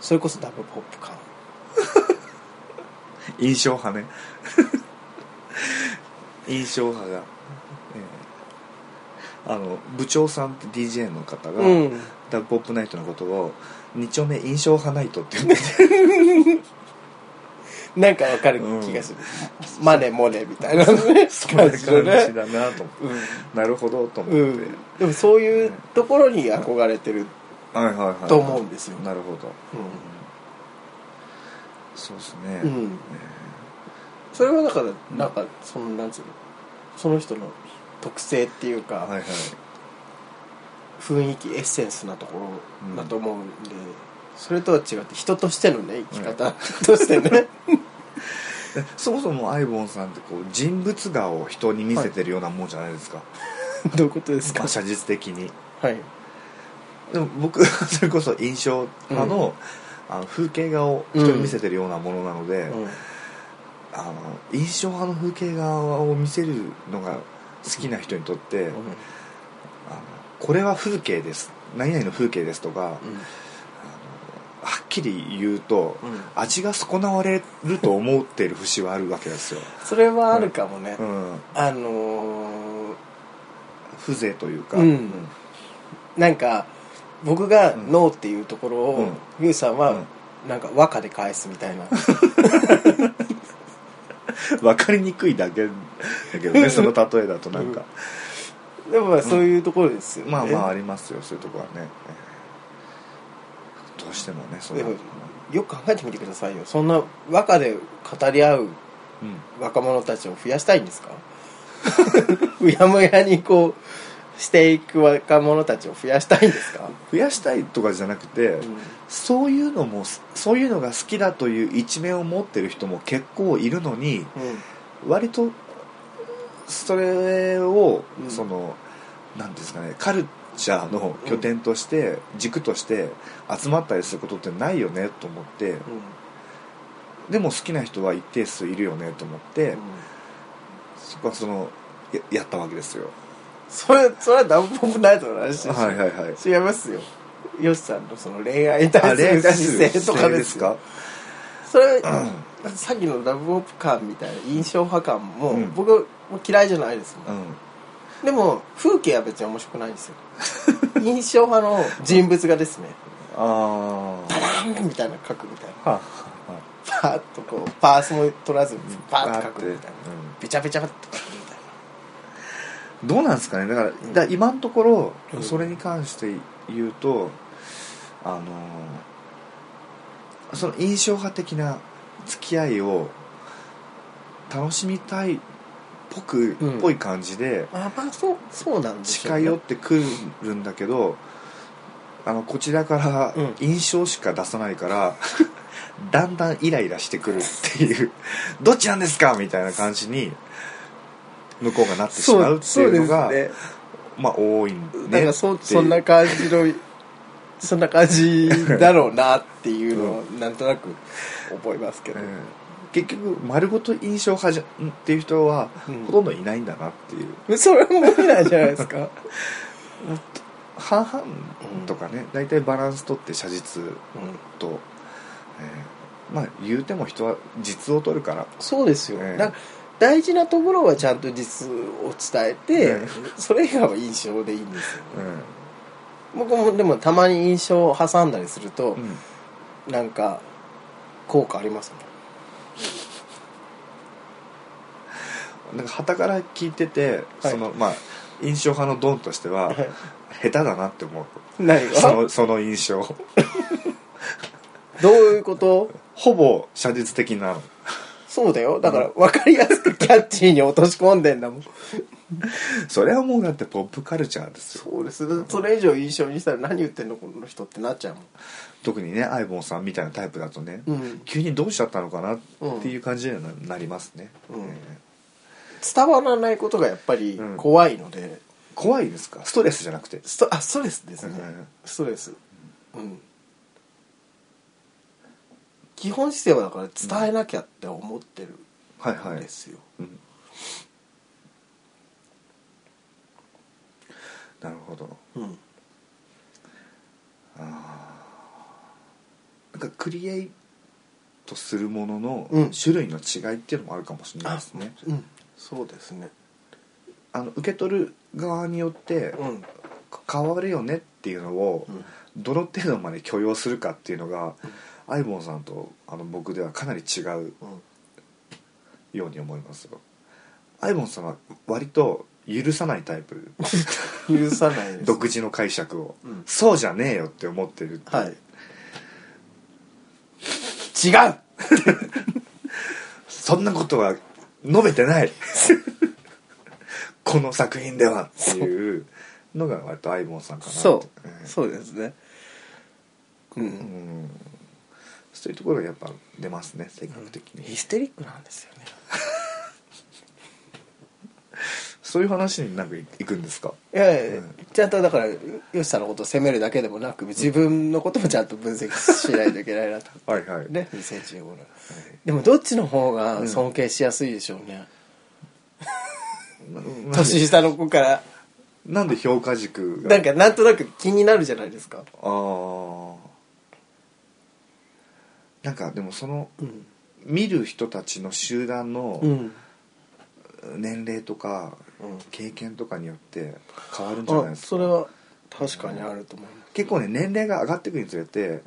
[SPEAKER 1] それこそダブポップ感
[SPEAKER 2] 印象派ね [LAUGHS] 印象派が、ええあの部長さんって DJ の方が、
[SPEAKER 1] うん
[SPEAKER 2] ダブポップナイトのことを二丁目印象派ナイトって呼んでて
[SPEAKER 1] なんかわかる気がする、マネモネみたいな [LAUGHS] ね
[SPEAKER 2] そんな
[SPEAKER 1] 感
[SPEAKER 2] 感
[SPEAKER 1] じのね
[SPEAKER 2] じだなと思って
[SPEAKER 1] うん
[SPEAKER 2] [LAUGHS] なるほどと思って、
[SPEAKER 1] うん、でもそういうところに憧れてる、
[SPEAKER 2] はいはいはい
[SPEAKER 1] と思うんですよ
[SPEAKER 2] なるほど、
[SPEAKER 1] う
[SPEAKER 2] そうですね、
[SPEAKER 1] んうん、それはだからなんかそのなんつうのその人の特性っていうか、
[SPEAKER 2] はいはい
[SPEAKER 1] 雰囲気エッセンスなところだと思うんで、それとは違って人としてのね生き方としてね、
[SPEAKER 2] えそもそもアイボンさんってこう人物画を人に見せてるようなもんじゃないですか、
[SPEAKER 1] [LAUGHS] どういうことです
[SPEAKER 2] ま
[SPEAKER 1] か
[SPEAKER 2] あ、写実的に
[SPEAKER 1] はい
[SPEAKER 2] でも僕 [LAUGHS] それこそ印象派の,、あの風景画を人に見せてるようなものなので、あの印象派の風景画を見せるのが好きな人にとって、あのこれは風景です何々の風景ですとか、はっきり言うと、
[SPEAKER 1] うん
[SPEAKER 2] 味が損なわれると思ってる節はあるわけですよ、
[SPEAKER 1] それはあるかもね、
[SPEAKER 2] うん、
[SPEAKER 1] あのー
[SPEAKER 2] 風情というか、
[SPEAKER 1] うんなんか僕が「ノー」っていうところ
[SPEAKER 2] う
[SPEAKER 1] を
[SPEAKER 2] ん
[SPEAKER 1] ゆうさん
[SPEAKER 2] う
[SPEAKER 1] はなんか和歌で返すみたいな
[SPEAKER 2] 分かりにくいだけだけどねその例えだとなんか、
[SPEAKER 1] [LAUGHS] でもまあそういうところですよね
[SPEAKER 2] まあまあありますよそういうとこはねどうしてもねそうな
[SPEAKER 1] で
[SPEAKER 2] る
[SPEAKER 1] もよく考えてみてくださいよそんな和歌で語り合う
[SPEAKER 2] うん
[SPEAKER 1] 若者たちを増やしたいんです [LAUGHS] かうやむやにこうしていく若者たちを増やしたいんですか、
[SPEAKER 2] 増やしたいとかじゃなくて、そういうのもそういうのが好きだという一面を持ってる人も結構いるのに割とそれを、
[SPEAKER 1] うん
[SPEAKER 2] そのなんていうんですかねカルチャーの拠点として、軸として集まったりすることってないよねと思ってでも好きな人は一定数いるよねと思って、そこはそのややったわけですよ
[SPEAKER 1] それそれは何もないとの話ですよ
[SPEAKER 2] はいはいはい
[SPEAKER 1] 違いますよよしさんのその恋愛に対する姿勢とかです
[SPEAKER 2] か
[SPEAKER 1] それ、 [CLEARS THROAT] さっきのダブオプ感みたいな印象派感も、
[SPEAKER 2] うん
[SPEAKER 1] 僕も嫌いじゃないですも、
[SPEAKER 2] うんん
[SPEAKER 1] でも風景は別に面白くないん
[SPEAKER 2] [LAUGHS]
[SPEAKER 1] ですよ印象派の人物がですね
[SPEAKER 2] ああ
[SPEAKER 1] パランみたいなの書くみたいな
[SPEAKER 2] は
[SPEAKER 1] パーッとこうパースも取らずにパーッと書くみたいな
[SPEAKER 2] パーッてうん
[SPEAKER 1] べちゃべちゃっと書くみたい
[SPEAKER 2] どうなんですかねだからだから今のところ
[SPEAKER 1] うん
[SPEAKER 2] それに関して言うと、あのーその印象派的な付き合いを楽しみたいっぽく、
[SPEAKER 1] うん
[SPEAKER 2] ぽい感じで
[SPEAKER 1] なあまあそうそうなんです
[SPEAKER 2] 近寄ってくるんだけどあのこちらから
[SPEAKER 1] うん
[SPEAKER 2] 印象しか出さないから、 [LAUGHS] だんだんイライラしてくるっていうどっちなんですかみたいな感じに向こうがなってしまうっていうのが。
[SPEAKER 1] そうですね
[SPEAKER 2] まあ多い
[SPEAKER 1] なん
[SPEAKER 2] ね
[SPEAKER 1] かそ
[SPEAKER 2] っていう
[SPEAKER 1] そんな感じの
[SPEAKER 2] [LAUGHS]
[SPEAKER 1] そんな感じだろうなっていうのをなんとなく覚えますけ
[SPEAKER 2] う
[SPEAKER 1] ど、
[SPEAKER 2] ん結局丸ごと印象派じゃんっていう人は
[SPEAKER 1] うん
[SPEAKER 2] ほとんどいないんだなっていう、
[SPEAKER 1] それも無理なんじゃないですか
[SPEAKER 2] 半々とかね大体バランス取って写実と、えーまあ言うても人は実を取るから
[SPEAKER 1] そうですよ、
[SPEAKER 2] ええ
[SPEAKER 1] なんか大事なところはちゃんと実を伝えて、
[SPEAKER 2] ええ
[SPEAKER 1] それ以外は印象でいいんですよ、
[SPEAKER 2] う
[SPEAKER 1] 僕もでもたまに印象を挟んだりすると
[SPEAKER 2] ん、、うん
[SPEAKER 1] なんか効果ありますね
[SPEAKER 2] なんか旗から聞いてて、
[SPEAKER 1] はい
[SPEAKER 2] そのまあ印象派のドンとしては
[SPEAKER 1] はい
[SPEAKER 2] 下手だなって思
[SPEAKER 1] [LAUGHS]
[SPEAKER 2] う
[SPEAKER 1] 何
[SPEAKER 2] そ
[SPEAKER 1] が
[SPEAKER 2] のその印象
[SPEAKER 1] どういうこと
[SPEAKER 2] ほぼ写実的なの
[SPEAKER 1] そうだよだから分かりやすくキャッチーに落とし込んでんだもん
[SPEAKER 2] それはもうだってポップカルチャーですよ
[SPEAKER 1] そうですそれ以上印象にしたら何言ってんのこの人ってなっちゃうもん
[SPEAKER 2] 特にねアイボンさんみたいなタイプだとね、
[SPEAKER 1] うん
[SPEAKER 2] 急にどうしちゃったのかなっていう感じにはなりますね、
[SPEAKER 1] うん
[SPEAKER 2] え
[SPEAKER 1] 伝わらないことがやっぱり
[SPEAKER 2] うん
[SPEAKER 1] 怖いので、
[SPEAKER 2] ー怖いですかストレスじゃなくて
[SPEAKER 1] ストあストレスですね、
[SPEAKER 2] うん
[SPEAKER 1] ストレスうん基本姿勢はだから伝えなきゃって思ってる
[SPEAKER 2] はいは
[SPEAKER 1] ん
[SPEAKER 2] い
[SPEAKER 1] ですよ、
[SPEAKER 2] うんなるほど
[SPEAKER 1] うん
[SPEAKER 2] なんかクリエイトするもの
[SPEAKER 1] う
[SPEAKER 2] の
[SPEAKER 1] ん
[SPEAKER 2] 種類の違いっていうのもあるかもしれないですね、
[SPEAKER 1] うんそうですね
[SPEAKER 2] あの受け取る側によって
[SPEAKER 1] うん
[SPEAKER 2] 変わるよねっていうのを
[SPEAKER 1] うん
[SPEAKER 2] どの程度まで許容するかっていうのが、アイボンさんとあの僕ではかなり違う
[SPEAKER 1] うん
[SPEAKER 2] ように思いますよアイボンさんは割と許さないタイプ
[SPEAKER 1] 許さないです
[SPEAKER 2] 独自の解釈を、
[SPEAKER 1] うん
[SPEAKER 2] そうじゃねえよって思ってるって
[SPEAKER 1] はい違う
[SPEAKER 2] そんなことは述べてないこの作品ではっていうのが割とアイボンさんかなって
[SPEAKER 1] そう、
[SPEAKER 2] ん
[SPEAKER 1] そうですねう
[SPEAKER 2] うんんそういうところがやっぱ出ますね性格的に、
[SPEAKER 1] ヒステリックなんですよね
[SPEAKER 2] そういう話になんかいくんですか
[SPEAKER 1] いやいや
[SPEAKER 2] うん
[SPEAKER 1] ちゃんとだからよしさんのことを責めるだけでもなく自分のこともちゃんと分析しないといけないなと
[SPEAKER 2] はいはい、
[SPEAKER 1] [LAUGHS] ね2015年でもどっちの方が尊敬しやすいでしょうね、
[SPEAKER 2] な
[SPEAKER 1] 年下の子から
[SPEAKER 2] なんで評価軸が
[SPEAKER 1] なんかなんとなく気になるじゃないですか
[SPEAKER 2] ああんかでもその
[SPEAKER 1] うん
[SPEAKER 2] 見る人たちの集団
[SPEAKER 1] う
[SPEAKER 2] の
[SPEAKER 1] ん
[SPEAKER 2] 年齢とか
[SPEAKER 1] うん
[SPEAKER 2] 経験とかによって変わるんじゃない
[SPEAKER 1] あ
[SPEAKER 2] です
[SPEAKER 1] そ
[SPEAKER 2] か、
[SPEAKER 1] れは確かにあると思います
[SPEAKER 2] 結構ね年齢が上がっていくにつれて、
[SPEAKER 1] うん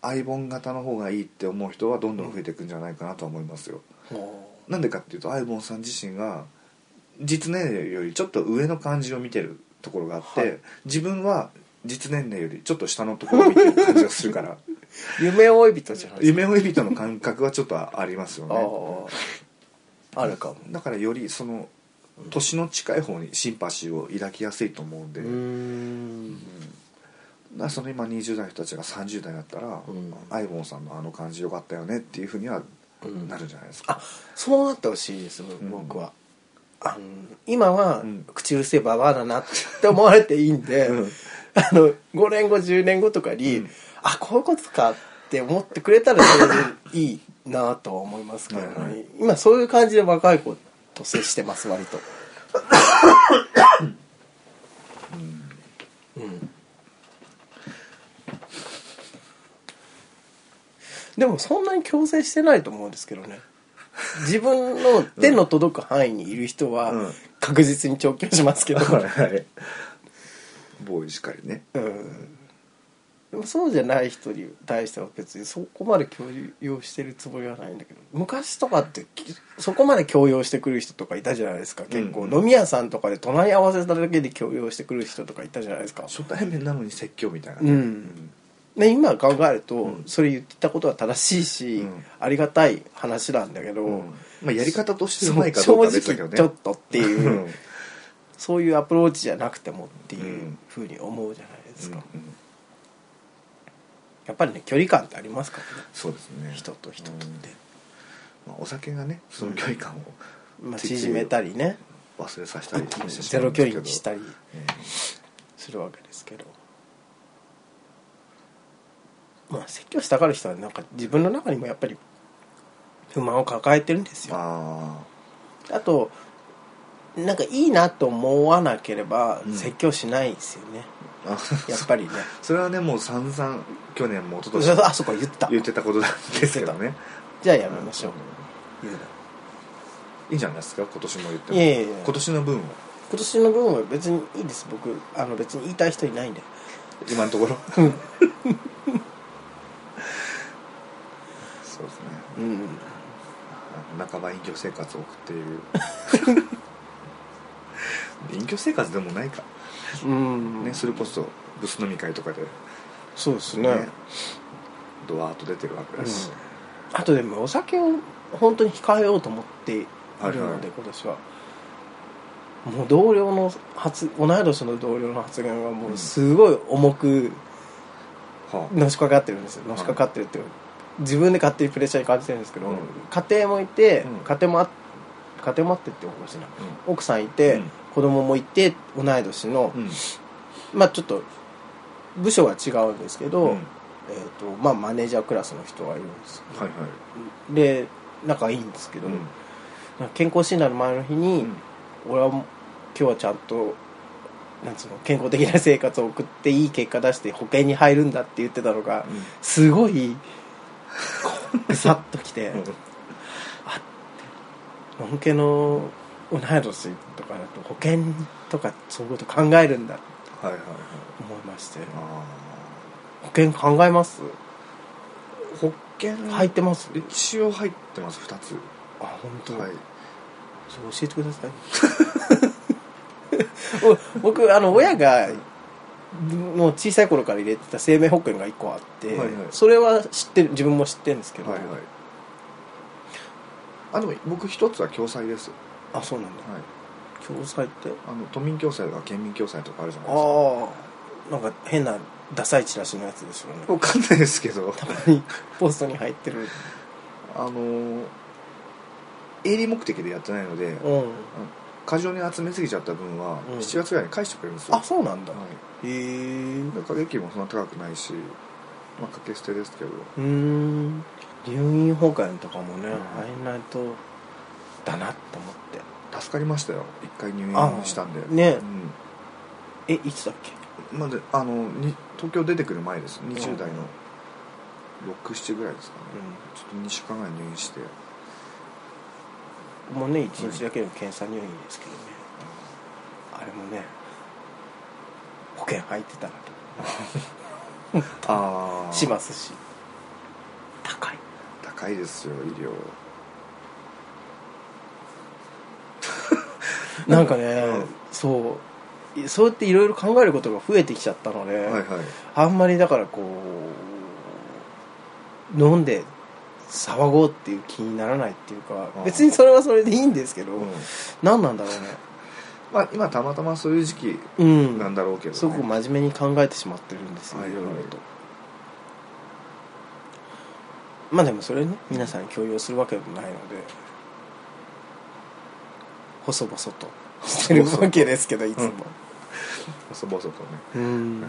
[SPEAKER 2] アイボン型の方がいいって思う人はどんどん増えていくんじゃないかなとは思いますよ、
[SPEAKER 1] ほ
[SPEAKER 2] なんでかっていうとアイボンさん自身が実年齢よりちょっと上の感じを見てるところがあって、
[SPEAKER 1] はい
[SPEAKER 2] 自分は実年齢よりちょっと下のところを見てる感じがするから
[SPEAKER 1] う夢追い人じゃないですか
[SPEAKER 2] 夢追い人の感覚はちょっとありますよ
[SPEAKER 1] あ
[SPEAKER 2] ね
[SPEAKER 1] ああるかも
[SPEAKER 2] だからよりその年の近い方にシンパシーを抱きやすいと思うんで、
[SPEAKER 1] うーん
[SPEAKER 2] だからその今20代の人たちが30代だったら、
[SPEAKER 1] うん
[SPEAKER 2] アイボンさんのあの感じよかったよねっていうふうには
[SPEAKER 1] うん
[SPEAKER 2] なるじゃないですか、
[SPEAKER 1] あそうなってほしいです
[SPEAKER 2] ん
[SPEAKER 1] 僕は、あの今は、
[SPEAKER 2] うん
[SPEAKER 1] 口うるせえババアだなって思われていいんで、
[SPEAKER 2] うん
[SPEAKER 1] [LAUGHS] あの5年後10年後とかに、
[SPEAKER 2] うん
[SPEAKER 1] あこういうことかって思ってくれたら全然いいなとは思いますけど、ね
[SPEAKER 2] はいはい
[SPEAKER 1] 今そういう感じで若い子と接してます割とうんでもそんなに強制してないと思うんですけどね自分の手の届く範囲にいる人は
[SPEAKER 2] うん
[SPEAKER 1] 確実に調教しますけど、
[SPEAKER 2] はいボーイしかりね
[SPEAKER 1] うんでもそうじゃない人に対しては別にそこまで強要してるつもりはないんだけど昔とかってきそこまで強要してくる人とかいたじゃないですか結構、
[SPEAKER 2] うんうん
[SPEAKER 1] 飲み屋さんとかで隣り合わせただけで強要してくる人とかいたじゃないですか
[SPEAKER 2] 初対面なのに説教みたいな
[SPEAKER 1] う
[SPEAKER 2] ね、
[SPEAKER 1] んで今考えると、
[SPEAKER 2] うん
[SPEAKER 1] それ言ってたことは正しいし、
[SPEAKER 2] うん
[SPEAKER 1] ありがたい話なんだけど、
[SPEAKER 2] うんまあ、やり方として
[SPEAKER 1] そうう
[SPEAKER 2] まいか
[SPEAKER 1] 正
[SPEAKER 2] どうかは
[SPEAKER 1] 直
[SPEAKER 2] 別だけどね
[SPEAKER 1] ちょっとっていう、
[SPEAKER 2] うん
[SPEAKER 1] そういうアプローチじゃなくてもっていううんふうに思うじゃないですか、
[SPEAKER 2] うん
[SPEAKER 1] やっぱりね距離感ってありますからね
[SPEAKER 2] そうですね
[SPEAKER 1] 人と人とって、
[SPEAKER 2] まあ、お酒がねその距離感を
[SPEAKER 1] まあ、縮めたりね
[SPEAKER 2] 忘れさせた
[SPEAKER 1] 一
[SPEAKER 2] り
[SPEAKER 1] 気に
[SPEAKER 2] してし
[SPEAKER 1] ゼ
[SPEAKER 2] まう
[SPEAKER 1] ロ
[SPEAKER 2] んで
[SPEAKER 1] 距
[SPEAKER 2] すけど
[SPEAKER 1] 離にしたり
[SPEAKER 2] え
[SPEAKER 1] するわけですけどまあ説教したがる人はなんか自分の中にもやっぱり不満を抱えてるんです
[SPEAKER 2] え
[SPEAKER 1] よ
[SPEAKER 2] ま
[SPEAKER 1] あとなんかいいなと思わなければ
[SPEAKER 2] うん
[SPEAKER 1] 説教しないですよね、
[SPEAKER 2] ああ
[SPEAKER 1] やっぱりね
[SPEAKER 2] [LAUGHS] それはねもう散々去年も一昨年も
[SPEAKER 1] あそこ言った
[SPEAKER 2] 言ってたことなんですけどね
[SPEAKER 1] じゃあやめましょう、言うない
[SPEAKER 2] いんじゃないですか今年も言っても
[SPEAKER 1] いやいやいや
[SPEAKER 2] 今年の分は
[SPEAKER 1] 今年の分は別にいいです僕あの別に言いたい人いないんで
[SPEAKER 2] 今のところ [LAUGHS] そうですね
[SPEAKER 1] うん
[SPEAKER 2] あの半ば隠居生活を送っている
[SPEAKER 1] [LAUGHS]
[SPEAKER 2] 隠居生活でもないか
[SPEAKER 1] うん
[SPEAKER 2] ねそれこそブス飲み会とかで、ね
[SPEAKER 1] そうですね
[SPEAKER 2] ドワーッと出てるわけだし、
[SPEAKER 1] あとでもお酒を本当に控えようと思っているので、
[SPEAKER 2] はいはい
[SPEAKER 1] 今年はもう同僚の発同い年の同僚の発言がもうすごい重く
[SPEAKER 2] は
[SPEAKER 1] のしかかってるんですよ
[SPEAKER 2] は
[SPEAKER 1] の
[SPEAKER 2] い
[SPEAKER 1] しかかってるっていう自分で勝手にプレッシャーに感じてるんですけど、
[SPEAKER 2] うん
[SPEAKER 1] 家庭もいて、
[SPEAKER 2] うん
[SPEAKER 1] 家庭もあ家庭もあってっておかしいな
[SPEAKER 2] あ
[SPEAKER 1] 奥さんいて、
[SPEAKER 2] うん
[SPEAKER 1] 子供もいて同い年の、
[SPEAKER 2] うんうん
[SPEAKER 1] まあちょっと部署は違うんですけど、
[SPEAKER 2] うん
[SPEAKER 1] えーとまあ、マネージャークラスの人がいるんです
[SPEAKER 2] はいはい
[SPEAKER 1] で仲いいんですけど、
[SPEAKER 2] うん
[SPEAKER 1] なんか健康診断の前の日に、俺はもう今日はちゃんとなんつうの健康的な生活を送っていい結果出して保険に入るんだって言ってたのがすご
[SPEAKER 2] [LAUGHS]
[SPEAKER 1] いぐさっときて
[SPEAKER 2] うん
[SPEAKER 1] のんけの同い年とかだと保険とかそういうこと考えるんだと
[SPEAKER 2] はいはいはい
[SPEAKER 1] 思いまして
[SPEAKER 2] あ
[SPEAKER 1] 保険考えます
[SPEAKER 2] ー保険
[SPEAKER 1] 入ってます
[SPEAKER 2] 一応入ってます2つ
[SPEAKER 1] あ本当、
[SPEAKER 2] はい
[SPEAKER 1] それ教えてください [LAUGHS] お僕あの親がもう小さい頃から入れてた生命保険が1個あって、
[SPEAKER 2] はいはい
[SPEAKER 1] それは知ってる自分も知ってるんですけど、
[SPEAKER 2] はいはいあでも僕一つは共済です、
[SPEAKER 1] あそうなんだ
[SPEAKER 2] はい、
[SPEAKER 1] 共済って
[SPEAKER 2] あの都民共済とか県民共済とかあるじゃないですか
[SPEAKER 1] ああなんか変なダサいチラシのやつですよね
[SPEAKER 2] わかんないですけど
[SPEAKER 1] たま
[SPEAKER 2] [LAUGHS]
[SPEAKER 1] にポストに入ってる
[SPEAKER 2] あのー営利目的でやってないので
[SPEAKER 1] うん
[SPEAKER 2] 過剰に集めすぎちゃった分は
[SPEAKER 1] うん
[SPEAKER 2] 7月ぐらいに返してくれるんですよ、
[SPEAKER 1] あそうなんだ、
[SPEAKER 2] は
[SPEAKER 1] へえ
[SPEAKER 2] い、だから益もそんな高くないし、まあ、掛け捨てですけど
[SPEAKER 1] うーん入院保険とかもね
[SPEAKER 2] うん
[SPEAKER 1] 入んないとだなって思って
[SPEAKER 2] 助かりましたよ一回入
[SPEAKER 1] あ
[SPEAKER 2] 院したんで
[SPEAKER 1] ね
[SPEAKER 2] うん
[SPEAKER 1] えいつだっけ
[SPEAKER 2] まあであのに東京出てくる前です20代の67ぐらいですかね、ちょっと2週間ぐらい入院して
[SPEAKER 1] もうね一日だけの検査入院ですけどねあれもね保険入ってたら
[SPEAKER 2] あ
[SPEAKER 1] と
[SPEAKER 2] あ
[SPEAKER 1] しますし高い
[SPEAKER 2] 高いですよ医療
[SPEAKER 1] なんかね、
[SPEAKER 2] うん
[SPEAKER 1] そういそうやっていろいろ考えることが増えてきちゃったので、
[SPEAKER 2] はいはい
[SPEAKER 1] あんまりだからこう飲んで騒ごうっていう気にならないっていうか
[SPEAKER 2] ああ
[SPEAKER 1] 別にそれはそれでいいんですけど、
[SPEAKER 2] うん
[SPEAKER 1] 何なんだろうね
[SPEAKER 2] まあ今たまたまそういう時期
[SPEAKER 1] うん
[SPEAKER 2] なんだろうけど、ね
[SPEAKER 1] すごく真面目に考えてしまってるんですよ、
[SPEAKER 2] はいい
[SPEAKER 1] ろいろとまあでもそれね皆さんに共有するわけでもないので細々としてるわけですけどいつも
[SPEAKER 2] 細々とね [LAUGHS]
[SPEAKER 1] うんなん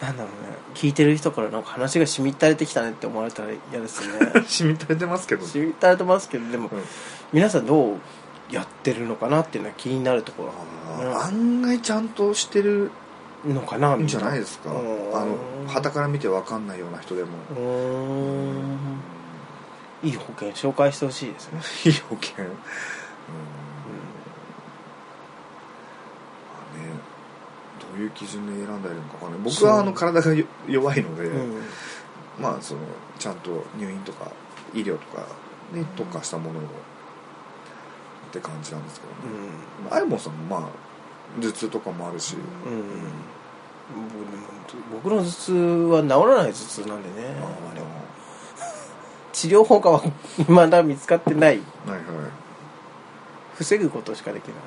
[SPEAKER 1] だろうね聞いてる人からなんか話がしみったれてきたねって思われたら嫌ですね [LAUGHS]
[SPEAKER 2] 染みたれてますけど、
[SPEAKER 1] しみったれてますけどでも
[SPEAKER 2] うん
[SPEAKER 1] 皆さんどうやってるのかなっていうのは気になるところ
[SPEAKER 2] あー案外ちゃんとしてる
[SPEAKER 1] のかなみ
[SPEAKER 2] ん
[SPEAKER 1] た
[SPEAKER 2] じゃ
[SPEAKER 1] いな
[SPEAKER 2] ないですかあ
[SPEAKER 1] うん
[SPEAKER 2] の旗から見て分かんないような人でも
[SPEAKER 1] うーんいい保険紹介してほしいですね、
[SPEAKER 2] いい保険うんまあねどういう基準で選んだらいいのか分かんない僕はあの
[SPEAKER 1] そ
[SPEAKER 2] 体がよ弱いので、
[SPEAKER 1] うん
[SPEAKER 2] まあそのちゃんと入院とか医療とかに特化したものをって感じなんですけどね、まあアイボンさんもまあ頭痛とかもあるし、
[SPEAKER 1] うん、うん僕の頭痛は治らない頭痛なんでね
[SPEAKER 2] ああでも
[SPEAKER 1] 治療法がまだ見つかってない
[SPEAKER 2] はいはい
[SPEAKER 1] 防ぐことしかできないの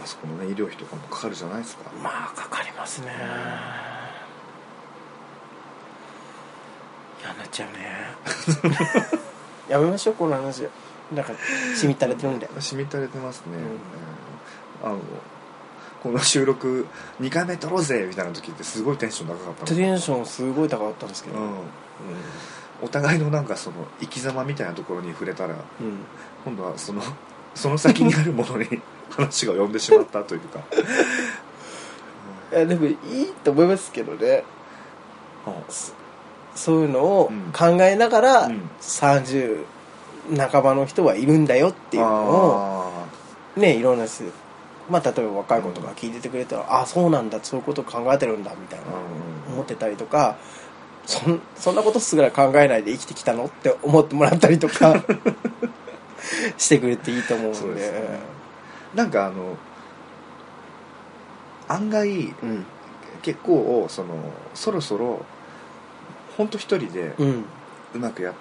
[SPEAKER 2] あそこのね医療費とかもかかるじゃないですか
[SPEAKER 1] でまあかかりますね嫌になっちゃうねやめましょうこの話なんかしみったれてるんで
[SPEAKER 2] 染みたれてますね、
[SPEAKER 1] ん
[SPEAKER 2] うんあのこの収録2回目撮ろうぜみたいな時ってすごいテンション高かったの
[SPEAKER 1] テンションすごい高かったんですけど、
[SPEAKER 2] うん、お互いのなんかその生き様みたいなところに触れた
[SPEAKER 1] う
[SPEAKER 2] ら
[SPEAKER 1] ん
[SPEAKER 2] 今度はその [LAUGHS] その先にあるものに [LAUGHS] 話が及んでしまったというか、
[SPEAKER 1] いやでもいいと思いますけどねそういうのを
[SPEAKER 2] うん
[SPEAKER 1] 考えながら、
[SPEAKER 2] うん
[SPEAKER 1] 30半ばの人はいるんだよっていうの
[SPEAKER 2] あ
[SPEAKER 1] をねいろんな人まあ例えば若い子とか聞いててくれたら、あそうなんだそういうことを考えてるんだみたいな
[SPEAKER 2] ーうん
[SPEAKER 1] 思ってたりとかそんそんなことすら考えないで生きてきたのって思ってもらったりと
[SPEAKER 2] [LAUGHS]
[SPEAKER 1] かしてくれていいと思う
[SPEAKER 2] そ
[SPEAKER 1] ん
[SPEAKER 2] う
[SPEAKER 1] で
[SPEAKER 2] ですねなんかあの案外
[SPEAKER 1] うん
[SPEAKER 2] 結構そのそろそろ本当一人で
[SPEAKER 1] うん
[SPEAKER 2] うまくや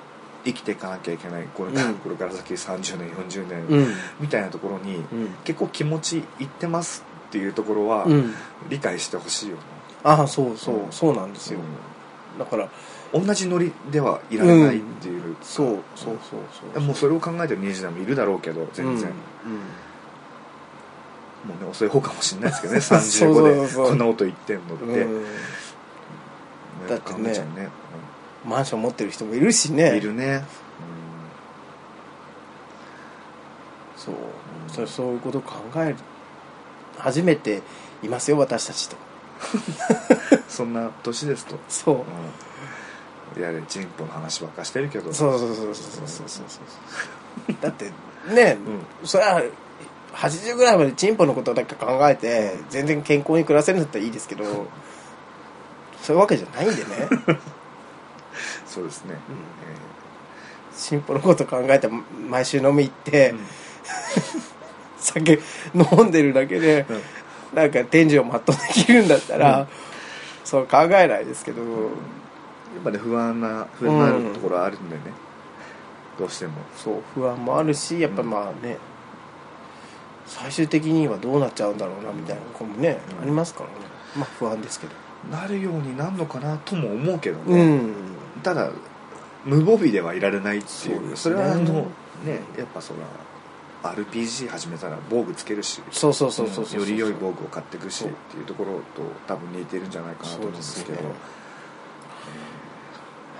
[SPEAKER 2] 生きていかなきゃいけないこれ,、
[SPEAKER 1] うん
[SPEAKER 2] これから先30年40年、
[SPEAKER 1] うん
[SPEAKER 2] みたいなところに
[SPEAKER 1] うん
[SPEAKER 2] 結構気持ちいってますっていうところは
[SPEAKER 1] うん
[SPEAKER 2] 理解してほしいよね、
[SPEAKER 1] ああそうそう、
[SPEAKER 2] うん
[SPEAKER 1] そうなんですよ、だから
[SPEAKER 2] 同じノリではいられないっていう、
[SPEAKER 1] そうそうそうそう
[SPEAKER 2] もうそれを考えてる20代もいるだろうけど全然、
[SPEAKER 1] うんうん
[SPEAKER 2] もうね遅い方かもしれないで
[SPEAKER 1] [LAUGHS]
[SPEAKER 2] すけどね
[SPEAKER 1] そうそうそう
[SPEAKER 2] 35
[SPEAKER 1] そう
[SPEAKER 2] でこんなこと言ってんのって、
[SPEAKER 1] うんだってね
[SPEAKER 2] 考えちゃうね、
[SPEAKER 1] マンション持ってる人もいるし
[SPEAKER 2] うん
[SPEAKER 1] ね
[SPEAKER 2] いるね、
[SPEAKER 1] そうそそういうことを考える初めていますよ私たちと
[SPEAKER 2] うんそんな年ですと、
[SPEAKER 1] そう
[SPEAKER 2] うん、いやれチンポの話ばっかしてるけど
[SPEAKER 1] そうそうそうそうそうそうそうだってね、それは80ぐらいまでチンポのことだけ考えて全然健康に暮らせるんだったらいいですけどそういうわけじゃないんでね [LAUGHS]
[SPEAKER 2] そうですね、
[SPEAKER 1] チンポのこと考えて毎週飲み行って、
[SPEAKER 2] えー
[SPEAKER 1] 酒飲んでるだけで、なんか天井を全うできるんだったら、そう考えないですけど、
[SPEAKER 2] やっぱね不安な不安になるところはあるんでね、どうしても
[SPEAKER 1] そう不安もあるしやっぱまあね、最終的にはどうなっちゃうんだろうなみたいなこともね、
[SPEAKER 2] うん
[SPEAKER 1] ありますからねまあ不安ですけど
[SPEAKER 2] なるようになるのかなとも思うけど
[SPEAKER 1] う
[SPEAKER 2] ね、
[SPEAKER 1] ん
[SPEAKER 2] ただ無防備ではいられないっていう
[SPEAKER 1] そう
[SPEAKER 2] そ
[SPEAKER 1] ですね
[SPEAKER 2] れはあのねやっぱそら RPG 始めたら防具つけるし
[SPEAKER 1] そうそうそうそうそう
[SPEAKER 2] より良い防
[SPEAKER 1] ク
[SPEAKER 2] 具を買っていくし
[SPEAKER 1] そう
[SPEAKER 2] っていうところと多分似てるんじゃないかなと思うんですけど
[SPEAKER 1] そうですね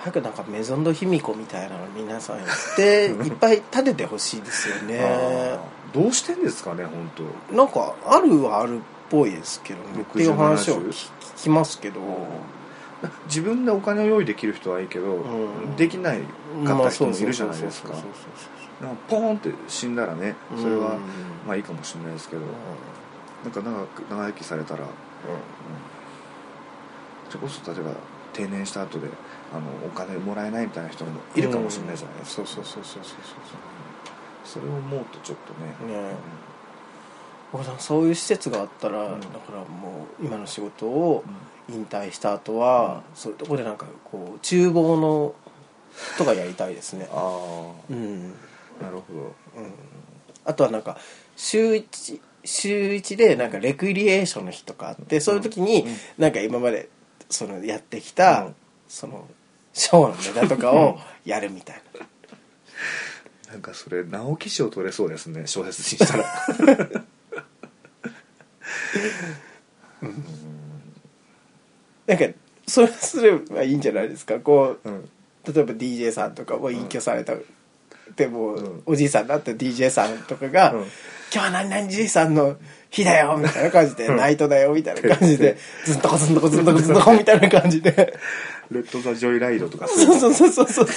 [SPEAKER 1] 早くなんかメゾンド卑弥呼みたいなの皆さんや
[SPEAKER 2] [LAUGHS]
[SPEAKER 1] っていっぱい立ててほしいですよね
[SPEAKER 2] あーどうしてんですかね本当
[SPEAKER 1] なんかあるはあるっぽいですけどね
[SPEAKER 2] 60
[SPEAKER 1] っていう話を
[SPEAKER 2] 70
[SPEAKER 1] 聞聞きますけど、
[SPEAKER 2] 自分でお金を用意できる人はいいけど、
[SPEAKER 1] うん
[SPEAKER 2] できないかっ
[SPEAKER 1] ま
[SPEAKER 2] た
[SPEAKER 1] あそ
[SPEAKER 2] 人
[SPEAKER 1] う
[SPEAKER 2] もい
[SPEAKER 1] そう
[SPEAKER 2] るじ
[SPEAKER 1] そ
[SPEAKER 2] ゃ
[SPEAKER 1] う
[SPEAKER 2] ない
[SPEAKER 1] そう
[SPEAKER 2] です
[SPEAKER 1] そ
[SPEAKER 2] か
[SPEAKER 1] うそう
[SPEAKER 2] なんかポーンって死んだらね
[SPEAKER 1] うん
[SPEAKER 2] それ
[SPEAKER 1] う
[SPEAKER 2] は
[SPEAKER 1] ん
[SPEAKER 2] まあいいかもしれないですけどなんか長く長生きされたら、うんそれこそ例えば定年した後であのお金もらえないみたいな人もいるかもしれないじゃないです
[SPEAKER 1] そ
[SPEAKER 2] か、
[SPEAKER 1] うそうそうそうそうそう
[SPEAKER 2] それを思うとちょっとね
[SPEAKER 1] ねえ僕なんかそういう施設があったら、
[SPEAKER 2] うん
[SPEAKER 1] だからもう今の仕事を
[SPEAKER 2] うん
[SPEAKER 1] 引退した後は、そういうところでなんかこう厨房のとかやりたいですね
[SPEAKER 2] ああ
[SPEAKER 1] うん、
[SPEAKER 2] なるほど
[SPEAKER 1] あとはなんか週一週一でなんかレクリエーションの日とかあってそういう時に
[SPEAKER 2] うん
[SPEAKER 1] なんか今までそのやってき
[SPEAKER 2] う
[SPEAKER 1] た
[SPEAKER 2] ん
[SPEAKER 1] そのショーのネタとかをやるみたいな
[SPEAKER 2] なんかそれ直木賞取れそうですね小説にしたら
[SPEAKER 1] なんかそれすればいいんじゃないですかこう
[SPEAKER 2] うん
[SPEAKER 1] 例えば DJ さんとかも隠居されたってもう、
[SPEAKER 2] うん
[SPEAKER 1] おじいさんだった DJ さんとかが「
[SPEAKER 2] うん
[SPEAKER 1] 今日は何々じいさんの日だよ」みたいな感じで「ナイトだよ」みたいな感じで「ずんとこずんとこずんとこずんとこ」みたいな感じで
[SPEAKER 2] レッド・ザ・ジョイ・ライドとか
[SPEAKER 1] そうそうそうそうそう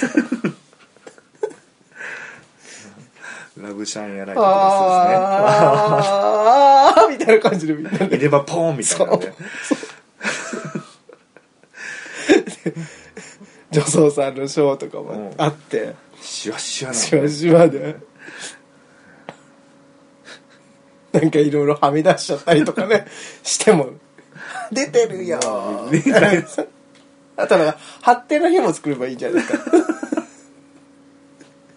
[SPEAKER 2] ラブ・シャンやライドとか
[SPEAKER 1] あー
[SPEAKER 2] そうですね
[SPEAKER 1] あー [LAUGHS] みたいな感じでみんなで
[SPEAKER 2] 入れ歯ポーンみたいなね
[SPEAKER 1] 女装さんのショーとかもあって。
[SPEAKER 2] シワシワな
[SPEAKER 1] し
[SPEAKER 2] の
[SPEAKER 1] わ
[SPEAKER 2] ね
[SPEAKER 1] しわでなんかいろいろはみ出しちゃったりとかね [LAUGHS] しても出てるよみたいなあとなんか発展の日も作ればいいじゃない [LAUGHS] で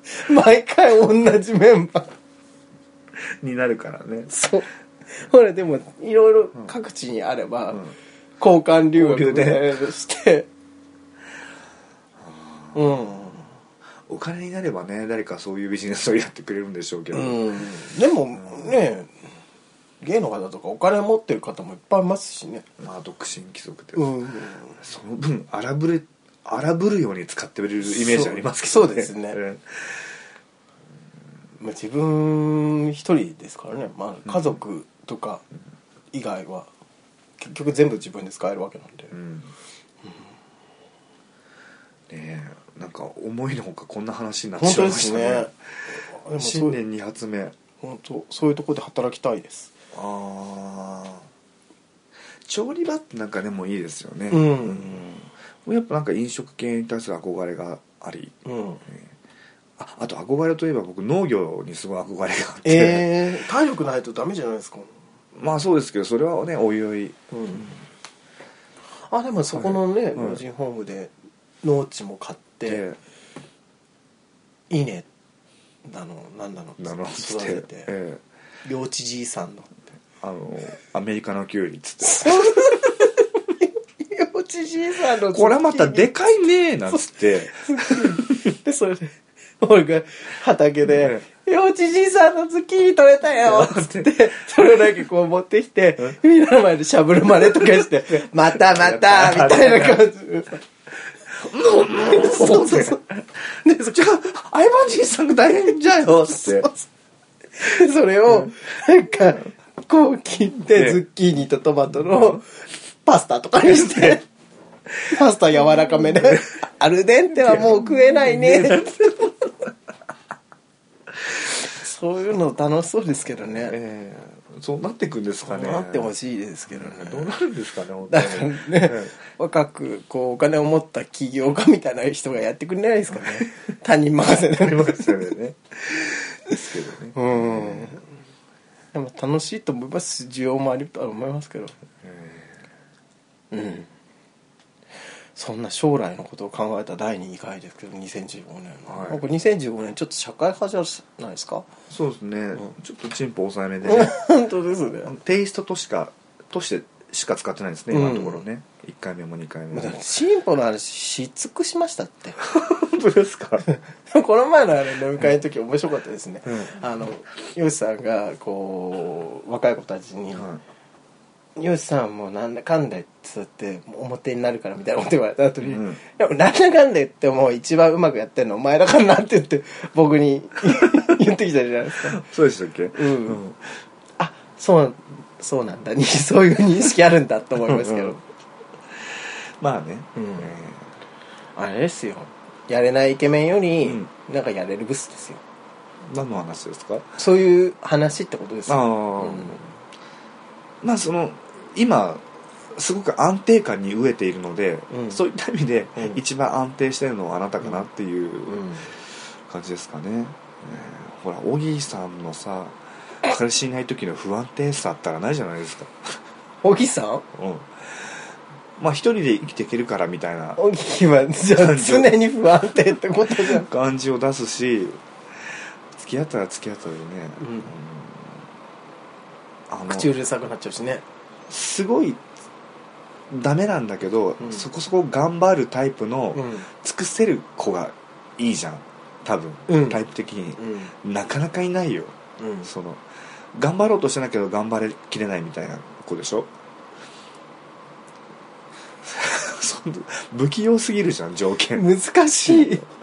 [SPEAKER 1] すか毎回同じメンバー
[SPEAKER 2] になるからね
[SPEAKER 1] そう [LAUGHS] ほらでもいろいろ各地にあれば、
[SPEAKER 2] うん
[SPEAKER 1] 交換留学みたいなのしてうん
[SPEAKER 2] お金になればね誰かそういうビジネスをやってくれるんでしょうけど、
[SPEAKER 1] うんでもね芸の方とかお金持ってる方もいっぱいいますしね
[SPEAKER 2] まあ独身貴族で、
[SPEAKER 1] うん
[SPEAKER 2] その分荒ぶれ荒ぶるように使ってくれるイメージありますけ
[SPEAKER 1] そう
[SPEAKER 2] どね
[SPEAKER 1] そうですね
[SPEAKER 2] ん
[SPEAKER 1] まあ自分一人ですからね、まあ、家族とか以外は結局全部自分で使えるわけなんで、
[SPEAKER 2] うんねえなんか思いのほかこんな話になって
[SPEAKER 1] 本
[SPEAKER 2] しま
[SPEAKER 1] 当
[SPEAKER 2] い
[SPEAKER 1] で
[SPEAKER 2] まし
[SPEAKER 1] す
[SPEAKER 2] た
[SPEAKER 1] ねでも
[SPEAKER 2] ね
[SPEAKER 1] そ
[SPEAKER 2] 新
[SPEAKER 1] う
[SPEAKER 2] 年2発目あ
[SPEAKER 1] 本当そういうとこで働きたいです
[SPEAKER 2] あ調理場ってなんかでもいいですよね
[SPEAKER 1] うん
[SPEAKER 2] うんやっぱなんか飲食系に対する憧れがあり
[SPEAKER 1] うん
[SPEAKER 2] ああと憧れといえば僕農業にすごい憧れがあって、
[SPEAKER 1] えー、体力ないとダメじゃないですか
[SPEAKER 2] まあそうですけどそれはねおいおい
[SPEAKER 1] うんあでもそこのね
[SPEAKER 2] い
[SPEAKER 1] 老人ホームで農地も買って、
[SPEAKER 2] で
[SPEAKER 1] 稲なのなんなの
[SPEAKER 2] なの
[SPEAKER 1] 育
[SPEAKER 2] して
[SPEAKER 1] て、
[SPEAKER 2] てええ
[SPEAKER 1] 領地じいさんの [LAUGHS]
[SPEAKER 2] あのアメリカのキュウリっつって
[SPEAKER 1] 領地じいさんの
[SPEAKER 2] これはまたでかいねーなんつって
[SPEAKER 1] [LAUGHS] でそれで俺が畑で「領地じいさんのズッキーニ取れたよ」っつってそれをだけこう持ってきてみんなの前でしゃぶるまねとかして「またまた」みたいな感じでそうそうそうでそ
[SPEAKER 2] じゃあ相葉じいさんが大変じゃよっつって
[SPEAKER 1] でそれをなんかこう切って
[SPEAKER 2] ね
[SPEAKER 1] ズッキーニとトマトのパスタとかにしてパスタ柔らかめ [LAUGHS] で「アルデンテはもう食えないね」そういうの楽しそうですけどね
[SPEAKER 2] ええそうなってくんですかね
[SPEAKER 1] なってほ
[SPEAKER 2] い
[SPEAKER 1] しいですけどね
[SPEAKER 2] どうなるんですかね本当
[SPEAKER 1] だ
[SPEAKER 2] に
[SPEAKER 1] からね、
[SPEAKER 2] え
[SPEAKER 1] 若くこうお金を持った起業家みたいな人がやってくれないですか [LAUGHS] ね他人任せ
[SPEAKER 2] えあり
[SPEAKER 1] で
[SPEAKER 2] ますよねですけどね、
[SPEAKER 1] うんでも楽しいと思いますし需要もあるとは思いますけどうんそんな将来のことを考えた第2回ですけど2015年の、
[SPEAKER 2] はい
[SPEAKER 1] なんか2015年ちょっと社会派じゃないですか
[SPEAKER 2] そうですね、ちょっとチンポ抑えめで、ね、
[SPEAKER 1] [LAUGHS] 本当ですね
[SPEAKER 2] テイストとしかとしてしか使ってないですね今のところね、一1回目も2回目も
[SPEAKER 1] だって進歩の話し尽くしましたって
[SPEAKER 2] 本当ですか
[SPEAKER 1] [LAUGHS] この前のあれ飲み会の時面白かったですね、
[SPEAKER 2] う
[SPEAKER 1] あのヨシさんがこう若い子たちに、
[SPEAKER 2] は
[SPEAKER 1] よしさんもなんだかんだ言ってそうやって表になるからみたいなこと言われた後に、
[SPEAKER 2] うん
[SPEAKER 1] でもなんだかんだ言ってもう一番うまくやってるのお前だからなって言って僕 [LAUGHS] に言ってきたじゃないですか
[SPEAKER 2] いそうでしたっけ
[SPEAKER 1] うん、あそう [LAUGHS] そうなんだにそういう認識あるんだと思いますけど、
[SPEAKER 2] うんまあね、
[SPEAKER 1] うん
[SPEAKER 2] え
[SPEAKER 1] あれですよやれないイケメンより、
[SPEAKER 2] うん
[SPEAKER 1] なんかやれるブスですよ
[SPEAKER 2] え何の話ですか
[SPEAKER 1] そういう話ってことです
[SPEAKER 2] ああ
[SPEAKER 1] よ、
[SPEAKER 2] ー、
[SPEAKER 1] うん
[SPEAKER 2] まあその今すごく安定感に飢えているので、
[SPEAKER 1] うん
[SPEAKER 2] そういった意味で、
[SPEAKER 1] うん
[SPEAKER 2] 一番安定してるのはあなたかなっていう
[SPEAKER 1] うん
[SPEAKER 2] 感じですかね、えーほらオギーさんのさ彼氏いない時の不安定さったらないじゃないですか
[SPEAKER 1] 小木さん
[SPEAKER 2] うんまあ一人で生きていけるからみたいな
[SPEAKER 1] 小木はじゃあ常に不安定ってことじゃん
[SPEAKER 2] 感じを出すし付き合ったら付き合ったでね、
[SPEAKER 1] うん
[SPEAKER 2] うんあの
[SPEAKER 1] [LAUGHS] 口うるさくなっちゃうしね
[SPEAKER 2] すごいダメなんだけど、
[SPEAKER 1] うん
[SPEAKER 2] そこそこ頑張るタイプの、
[SPEAKER 1] うん
[SPEAKER 2] 尽くせる子がいいじゃん多分、
[SPEAKER 1] うん
[SPEAKER 2] タイプ的に
[SPEAKER 1] う、ん
[SPEAKER 2] なかなかいないよ
[SPEAKER 1] うん
[SPEAKER 2] その頑張ろうとしてないけど頑張れきれないみたいな子でしょ [LAUGHS] そんな不器用すぎるじゃん条件
[SPEAKER 1] 難しい [LAUGHS]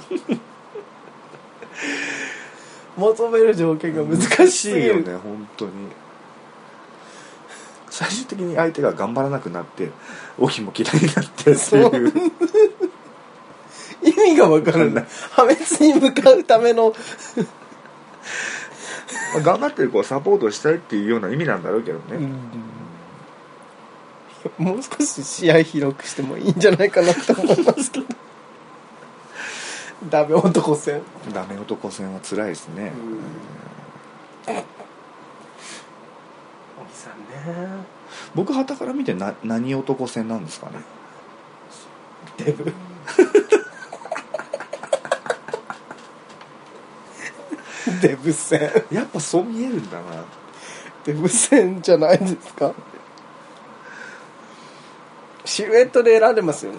[SPEAKER 1] 求める条件が難しすぎ
[SPEAKER 2] いよ
[SPEAKER 1] る
[SPEAKER 2] ね本当に最終的に相手が頑張らなくなって王妃も嫌いになってって
[SPEAKER 1] そう
[SPEAKER 2] いう
[SPEAKER 1] 意味が分から
[SPEAKER 2] わかん
[SPEAKER 1] な
[SPEAKER 2] ないい
[SPEAKER 1] 破滅に向かうための
[SPEAKER 2] まあ頑張ってる子をサポートしたいっていうような意味なんだろうけどね、
[SPEAKER 1] もう少し試合広くしてもいいんじゃないかなと思いますけどダメ男戦
[SPEAKER 2] ダメ男戦は辛いですね、
[SPEAKER 1] うん小木さんね
[SPEAKER 2] 僕はたから見てな何男戦なんですかね
[SPEAKER 1] デブデブ戦
[SPEAKER 2] やっぱそう見えるんだな
[SPEAKER 1] デブ戦じゃないですかシルエットで選んでますよね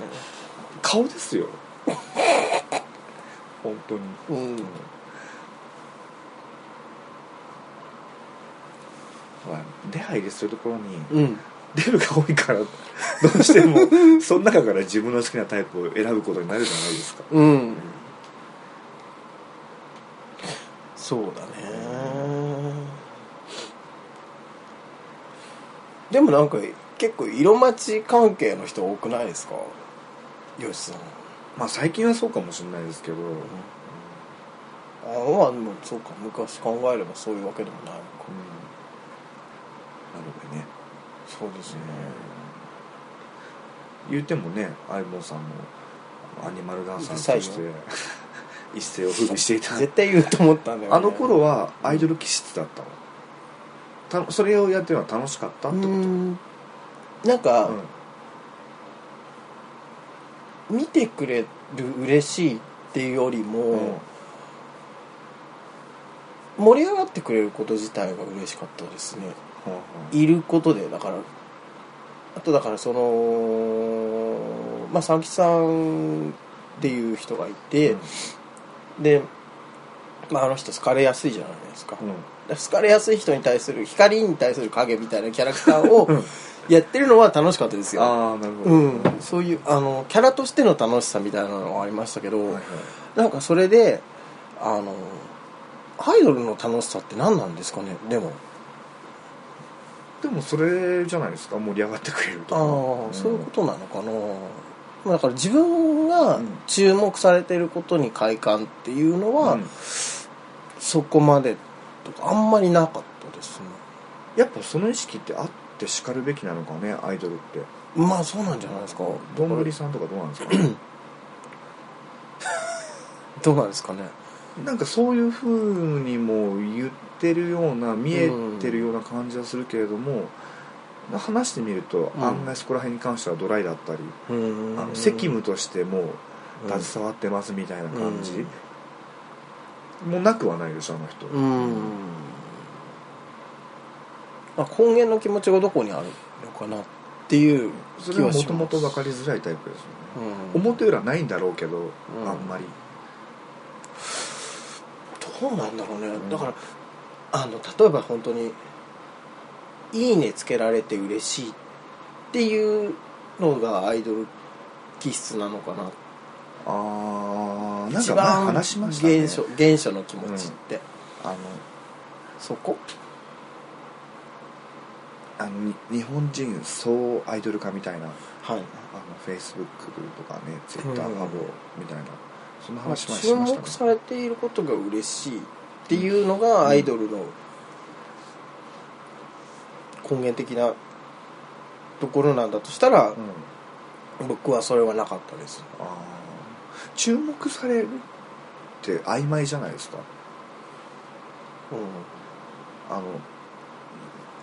[SPEAKER 2] 顔ですよ [LAUGHS] 本当に
[SPEAKER 1] うん
[SPEAKER 2] ほら出入りするところに
[SPEAKER 1] うん
[SPEAKER 2] 出るが多いからどうして [LAUGHS] もその中から自分の好きなタイプを選ぶことになるじゃないですか
[SPEAKER 1] うんそうだねでもなんか結構色待ち関係の人多くないですか吉さん
[SPEAKER 2] まあ最近はそうかもしれないですけど、うん
[SPEAKER 1] あまあでもそうか昔考えればそういうわけでもないのか
[SPEAKER 2] なのでね
[SPEAKER 1] そうですね
[SPEAKER 2] 言うてもねアイボンさんもアニマルダンサ
[SPEAKER 1] うるさ
[SPEAKER 2] ー
[SPEAKER 1] い
[SPEAKER 2] と
[SPEAKER 1] よ
[SPEAKER 2] して [LAUGHS] 一世を風靡していた
[SPEAKER 1] 絶対言うと思ったんだよ、ね、
[SPEAKER 2] あの頃はアイドル気質だったのたそれをやってるのは楽しかったっ
[SPEAKER 1] う
[SPEAKER 2] てこと
[SPEAKER 1] んなんか、見てくれる嬉しいっていうよりも、
[SPEAKER 2] うんうん
[SPEAKER 1] 盛り上がってくれること自体が嬉しかったですね
[SPEAKER 2] ほうほう
[SPEAKER 1] いることでだからあとだからそのまあ佐々木さんっていう人がいて、で、まあ、あの人好かれやすいじゃないですか、
[SPEAKER 2] うん
[SPEAKER 1] 好かれやすい人に対する光に対する影みたいなキャラクターを
[SPEAKER 2] うん
[SPEAKER 1] やってるのは楽しかったですよ、
[SPEAKER 2] ああなるほど、
[SPEAKER 1] う
[SPEAKER 2] は
[SPEAKER 1] ん、そういうあのキャラとしての楽しさみたいなのはありましたけど、
[SPEAKER 2] いはい
[SPEAKER 1] なんかそれであのアイドルの楽しさって何なんですかねでも
[SPEAKER 2] でもそれじゃないですか盛り上がってくれると
[SPEAKER 1] あ
[SPEAKER 2] か
[SPEAKER 1] あ、
[SPEAKER 2] ん
[SPEAKER 1] そういうことなのかなまあだから自分が
[SPEAKER 2] うん
[SPEAKER 1] 注目されてることに快感っていうのは、
[SPEAKER 2] うん
[SPEAKER 1] そこまでとかあんまりなかったですね
[SPEAKER 2] やっぱその意識ってあってしかるべきなのかねアイドルって
[SPEAKER 1] まあそうなんじゃないですか
[SPEAKER 2] どんぶりさんとかどうなんですかね
[SPEAKER 1] どうなんですかね
[SPEAKER 2] なんかそういうふうにも言ってるような見えてるような感じはするけれども、話してみると
[SPEAKER 1] うん
[SPEAKER 2] 案外そこら辺に関してはドライだったり、
[SPEAKER 1] うん
[SPEAKER 2] あの責務としても
[SPEAKER 1] う
[SPEAKER 2] うん携わってますみたいな感じ、もうなくはないでしょあの人、
[SPEAKER 1] うんあ根源の気持ちがどこにあるのかなっていう
[SPEAKER 2] そ
[SPEAKER 1] 気
[SPEAKER 2] れは
[SPEAKER 1] は
[SPEAKER 2] も
[SPEAKER 1] し
[SPEAKER 2] と
[SPEAKER 1] ま
[SPEAKER 2] も
[SPEAKER 1] す
[SPEAKER 2] と分かりづらいタイプですよね、
[SPEAKER 1] うん、
[SPEAKER 2] 表裏ないんだろうけど、
[SPEAKER 1] うん
[SPEAKER 2] あんまり
[SPEAKER 1] どうなんだろうね、
[SPEAKER 2] ん
[SPEAKER 1] だからあの例えば本当に「いいね」つけられて嬉しいっていうのがアイドル気質なのかな
[SPEAKER 2] ああなん
[SPEAKER 1] 一
[SPEAKER 2] か前
[SPEAKER 1] 番
[SPEAKER 2] 話しましたね
[SPEAKER 1] 原初原初の気持ちって、
[SPEAKER 2] あの
[SPEAKER 1] そこ
[SPEAKER 2] あのに日本人総アイドル化みたいな
[SPEAKER 1] はい
[SPEAKER 2] あのフェイスブックとかねツイッタ
[SPEAKER 1] う
[SPEAKER 2] ー
[SPEAKER 1] ん
[SPEAKER 2] などみたいな、その話もし
[SPEAKER 1] 注
[SPEAKER 2] ました
[SPEAKER 1] 目
[SPEAKER 2] ね
[SPEAKER 1] されていることが嬉しいっていうのがアイドルの根源的なところなんだとしたら
[SPEAKER 2] う、ん、
[SPEAKER 1] 僕はそれはなかったです
[SPEAKER 2] あー注目されるって曖昧じゃないですか
[SPEAKER 1] う
[SPEAKER 2] あの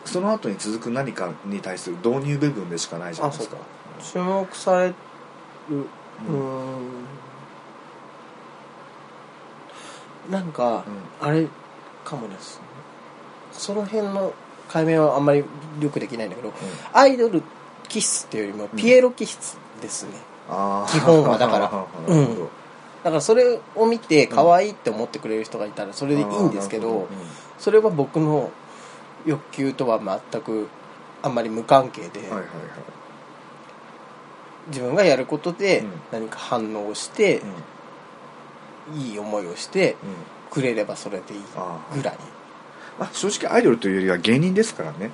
[SPEAKER 2] その後に続く何かに対する導入部分でしかないじゃないですか
[SPEAKER 1] あん、注目されるう
[SPEAKER 2] う
[SPEAKER 1] ー
[SPEAKER 2] ん
[SPEAKER 1] んなんか、
[SPEAKER 2] う
[SPEAKER 1] あれかもですその辺の解明はあんまりよくできないんだけどアイドル気質っていうよりもピエロ気質ですね、
[SPEAKER 2] [LAUGHS] あー
[SPEAKER 1] 基本はだから
[SPEAKER 2] なるほど
[SPEAKER 1] うんだからそれを見て可愛いって思ってくれる人がいたらそれでいいんですけど,、
[SPEAKER 2] あーなるほうん
[SPEAKER 1] それは僕の欲求とは全くあんまり無関係で、
[SPEAKER 2] はいはいはい
[SPEAKER 1] 自分がやることで
[SPEAKER 2] うん
[SPEAKER 1] 何か反応をして、
[SPEAKER 2] うん
[SPEAKER 1] いい思いをして
[SPEAKER 2] う
[SPEAKER 1] くれればそれでいい
[SPEAKER 2] あ
[SPEAKER 1] ぐらい
[SPEAKER 2] まあ、正直アイドルというよりは芸人ですからね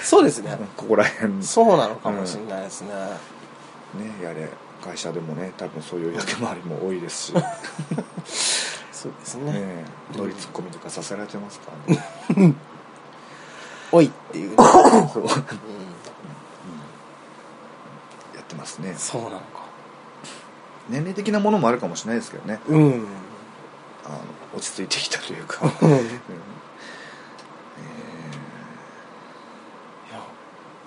[SPEAKER 1] そうですね
[SPEAKER 2] ここら辺ね
[SPEAKER 1] そうなのかもしれないですね、
[SPEAKER 2] やれ会社でもね多分そういう役回りも多いです
[SPEAKER 1] [LAUGHS]
[SPEAKER 2] し
[SPEAKER 1] そうですね
[SPEAKER 2] ね乗りツッコミとかさせられてますからね
[SPEAKER 1] おいって [LAUGHS] いう、うん、
[SPEAKER 2] そうやってますね
[SPEAKER 1] そうなのか
[SPEAKER 2] 年齢的なものもあるかもしれないですけどね
[SPEAKER 1] うん
[SPEAKER 2] あの落ち着いてきたというか、
[SPEAKER 1] うんい
[SPEAKER 2] うん
[SPEAKER 1] や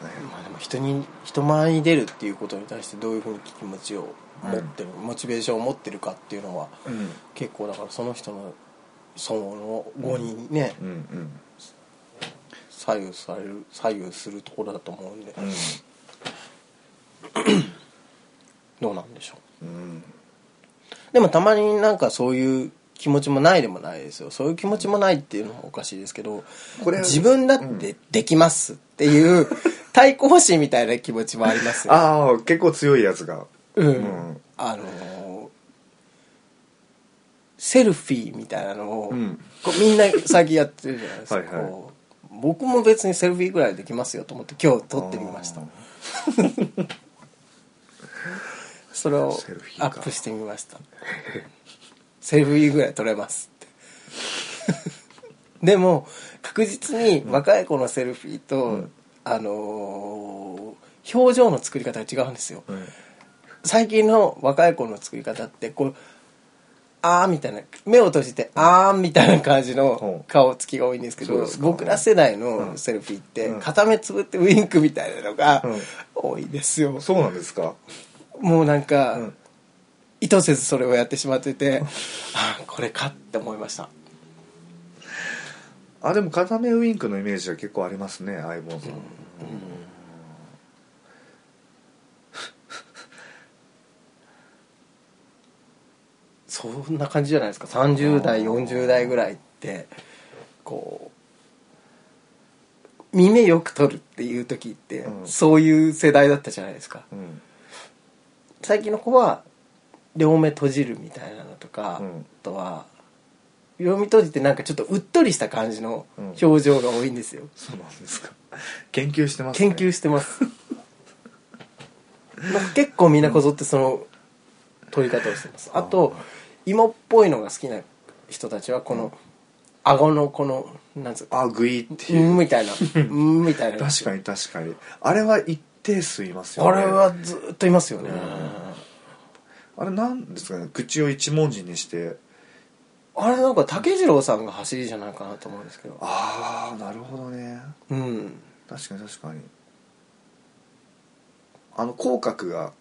[SPEAKER 2] えーね
[SPEAKER 1] まあでも人に人前に出るっていうことに対してどういうふうに気持ちを持ってる、モチベーションを持ってるかっていうのは
[SPEAKER 2] うん
[SPEAKER 1] 結構だからその人のその後にね、
[SPEAKER 2] うんうん
[SPEAKER 1] 左右される左右するところだと思うんで、
[SPEAKER 2] うん
[SPEAKER 1] どうなんでしょう
[SPEAKER 2] うん
[SPEAKER 1] でもたまになんかそういう気持ちもないでもないですよそういう気持ちもないっていうのもおかしいですけど
[SPEAKER 2] これ
[SPEAKER 1] 自分だってできますっていう
[SPEAKER 2] [LAUGHS]
[SPEAKER 1] 対抗心みたいな気持ちもありますよ
[SPEAKER 2] ああ結構強いやつが
[SPEAKER 1] うん、
[SPEAKER 2] うん
[SPEAKER 1] あのーセルフィーみたいなのを、
[SPEAKER 2] うん
[SPEAKER 1] こうみんな最近やってるじゃないですか
[SPEAKER 2] はいはい
[SPEAKER 1] こう僕も別にセルフィーぐらいできますよと思って今日撮ってみました
[SPEAKER 2] あ
[SPEAKER 1] それを
[SPEAKER 2] セルフィーか
[SPEAKER 1] アップしてみました [LAUGHS] セルフィーぐらい撮れますって [LAUGHS] でも確実に若い子のセルフィーと、あのー表情の作り方が違うんですよ、
[SPEAKER 2] ーうん
[SPEAKER 1] 最近の若い子の作り方ってこうあーみたいな目を閉じてあーみたいな感じ
[SPEAKER 2] ほ
[SPEAKER 1] の
[SPEAKER 2] う
[SPEAKER 1] 顔つきが多いんですけ
[SPEAKER 2] そう
[SPEAKER 1] ど
[SPEAKER 2] ですか
[SPEAKER 1] 僕ら世代
[SPEAKER 2] う
[SPEAKER 1] の
[SPEAKER 2] ん
[SPEAKER 1] セルフィーって
[SPEAKER 2] うん
[SPEAKER 1] 片目つぶってウインクみたいなのが
[SPEAKER 2] うん
[SPEAKER 1] 多いですよ
[SPEAKER 2] そうなんですか
[SPEAKER 1] もうなんか、
[SPEAKER 2] うん
[SPEAKER 1] 意図せずそれをやってしまってて [LAUGHS] あーこれかって思いました
[SPEAKER 2] あでも片目ウインクのイメージは結構ありますね相棒さん、
[SPEAKER 1] そんな感じじゃないですか30代40代ぐらいってこう耳よく取るっていう時って、
[SPEAKER 2] うん
[SPEAKER 1] そういう世代だったじゃないですか
[SPEAKER 2] うん
[SPEAKER 1] 最近の子は両目閉じるみたいなのとか、
[SPEAKER 2] うん
[SPEAKER 1] あとは両目閉じてなんかちょっとうっとりした感じの表情が多いんですよ、
[SPEAKER 2] そうなんですか研究してます、ね、
[SPEAKER 1] 研究して
[SPEAKER 2] [LAUGHS]
[SPEAKER 1] ますなんか結構みんなこぞってその撮り方をしてますあと芋っぽいのが好きな人たちはこの顎のこのなんつうか
[SPEAKER 2] あグイって
[SPEAKER 1] う
[SPEAKER 2] いうん
[SPEAKER 1] みたいなうんみたいな
[SPEAKER 2] 確かに確かにあれは一定数いますよ
[SPEAKER 1] あ
[SPEAKER 2] ね
[SPEAKER 1] れはずっといますよね
[SPEAKER 2] あれなんですかね口を一文字にして
[SPEAKER 1] あれなんか竹次郎さんが走りじゃないかなと思うんですけど
[SPEAKER 2] ああなるほどね
[SPEAKER 1] うん
[SPEAKER 2] 確かに確かにあの口角が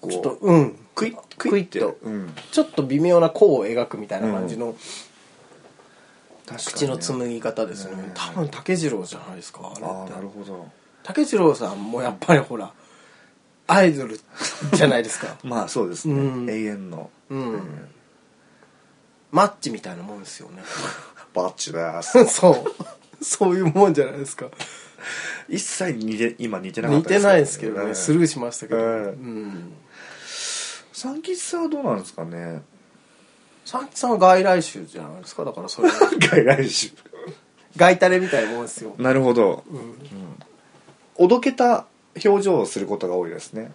[SPEAKER 2] こう
[SPEAKER 1] ちょっとうん
[SPEAKER 2] クイッ
[SPEAKER 1] クイッと
[SPEAKER 2] うん、
[SPEAKER 1] ちょっと微妙な弧を描くみたいな感じの
[SPEAKER 2] 確かにね
[SPEAKER 1] 口の紡ぎ方ですよね
[SPEAKER 2] うん
[SPEAKER 1] 多分竹次郎じゃないですかあれって
[SPEAKER 2] ああなるほど
[SPEAKER 1] 竹次郎さんもやっぱりほらアイドルじゃないですか
[SPEAKER 2] まあそうですね、
[SPEAKER 1] うん
[SPEAKER 2] 永遠の、
[SPEAKER 1] うん [LAUGHS] マッチみたいなもんですよね
[SPEAKER 2] バッチです
[SPEAKER 1] [LAUGHS] そうそういうもんじゃないですか
[SPEAKER 2] 一切似て今似てなかっ
[SPEAKER 1] 似
[SPEAKER 2] た
[SPEAKER 1] てないですけどね、
[SPEAKER 2] うん
[SPEAKER 1] スルーしましたけど、
[SPEAKER 2] う
[SPEAKER 1] うんん
[SPEAKER 2] 三吉さんはどうなんですかね
[SPEAKER 1] 佐々木さんは外来種じゃないですかだからそれ
[SPEAKER 2] 外来種
[SPEAKER 1] [LAUGHS] 外タレみたいなもんですよ
[SPEAKER 2] なるほど、
[SPEAKER 1] ん
[SPEAKER 2] おどけた表情をすることが多いですね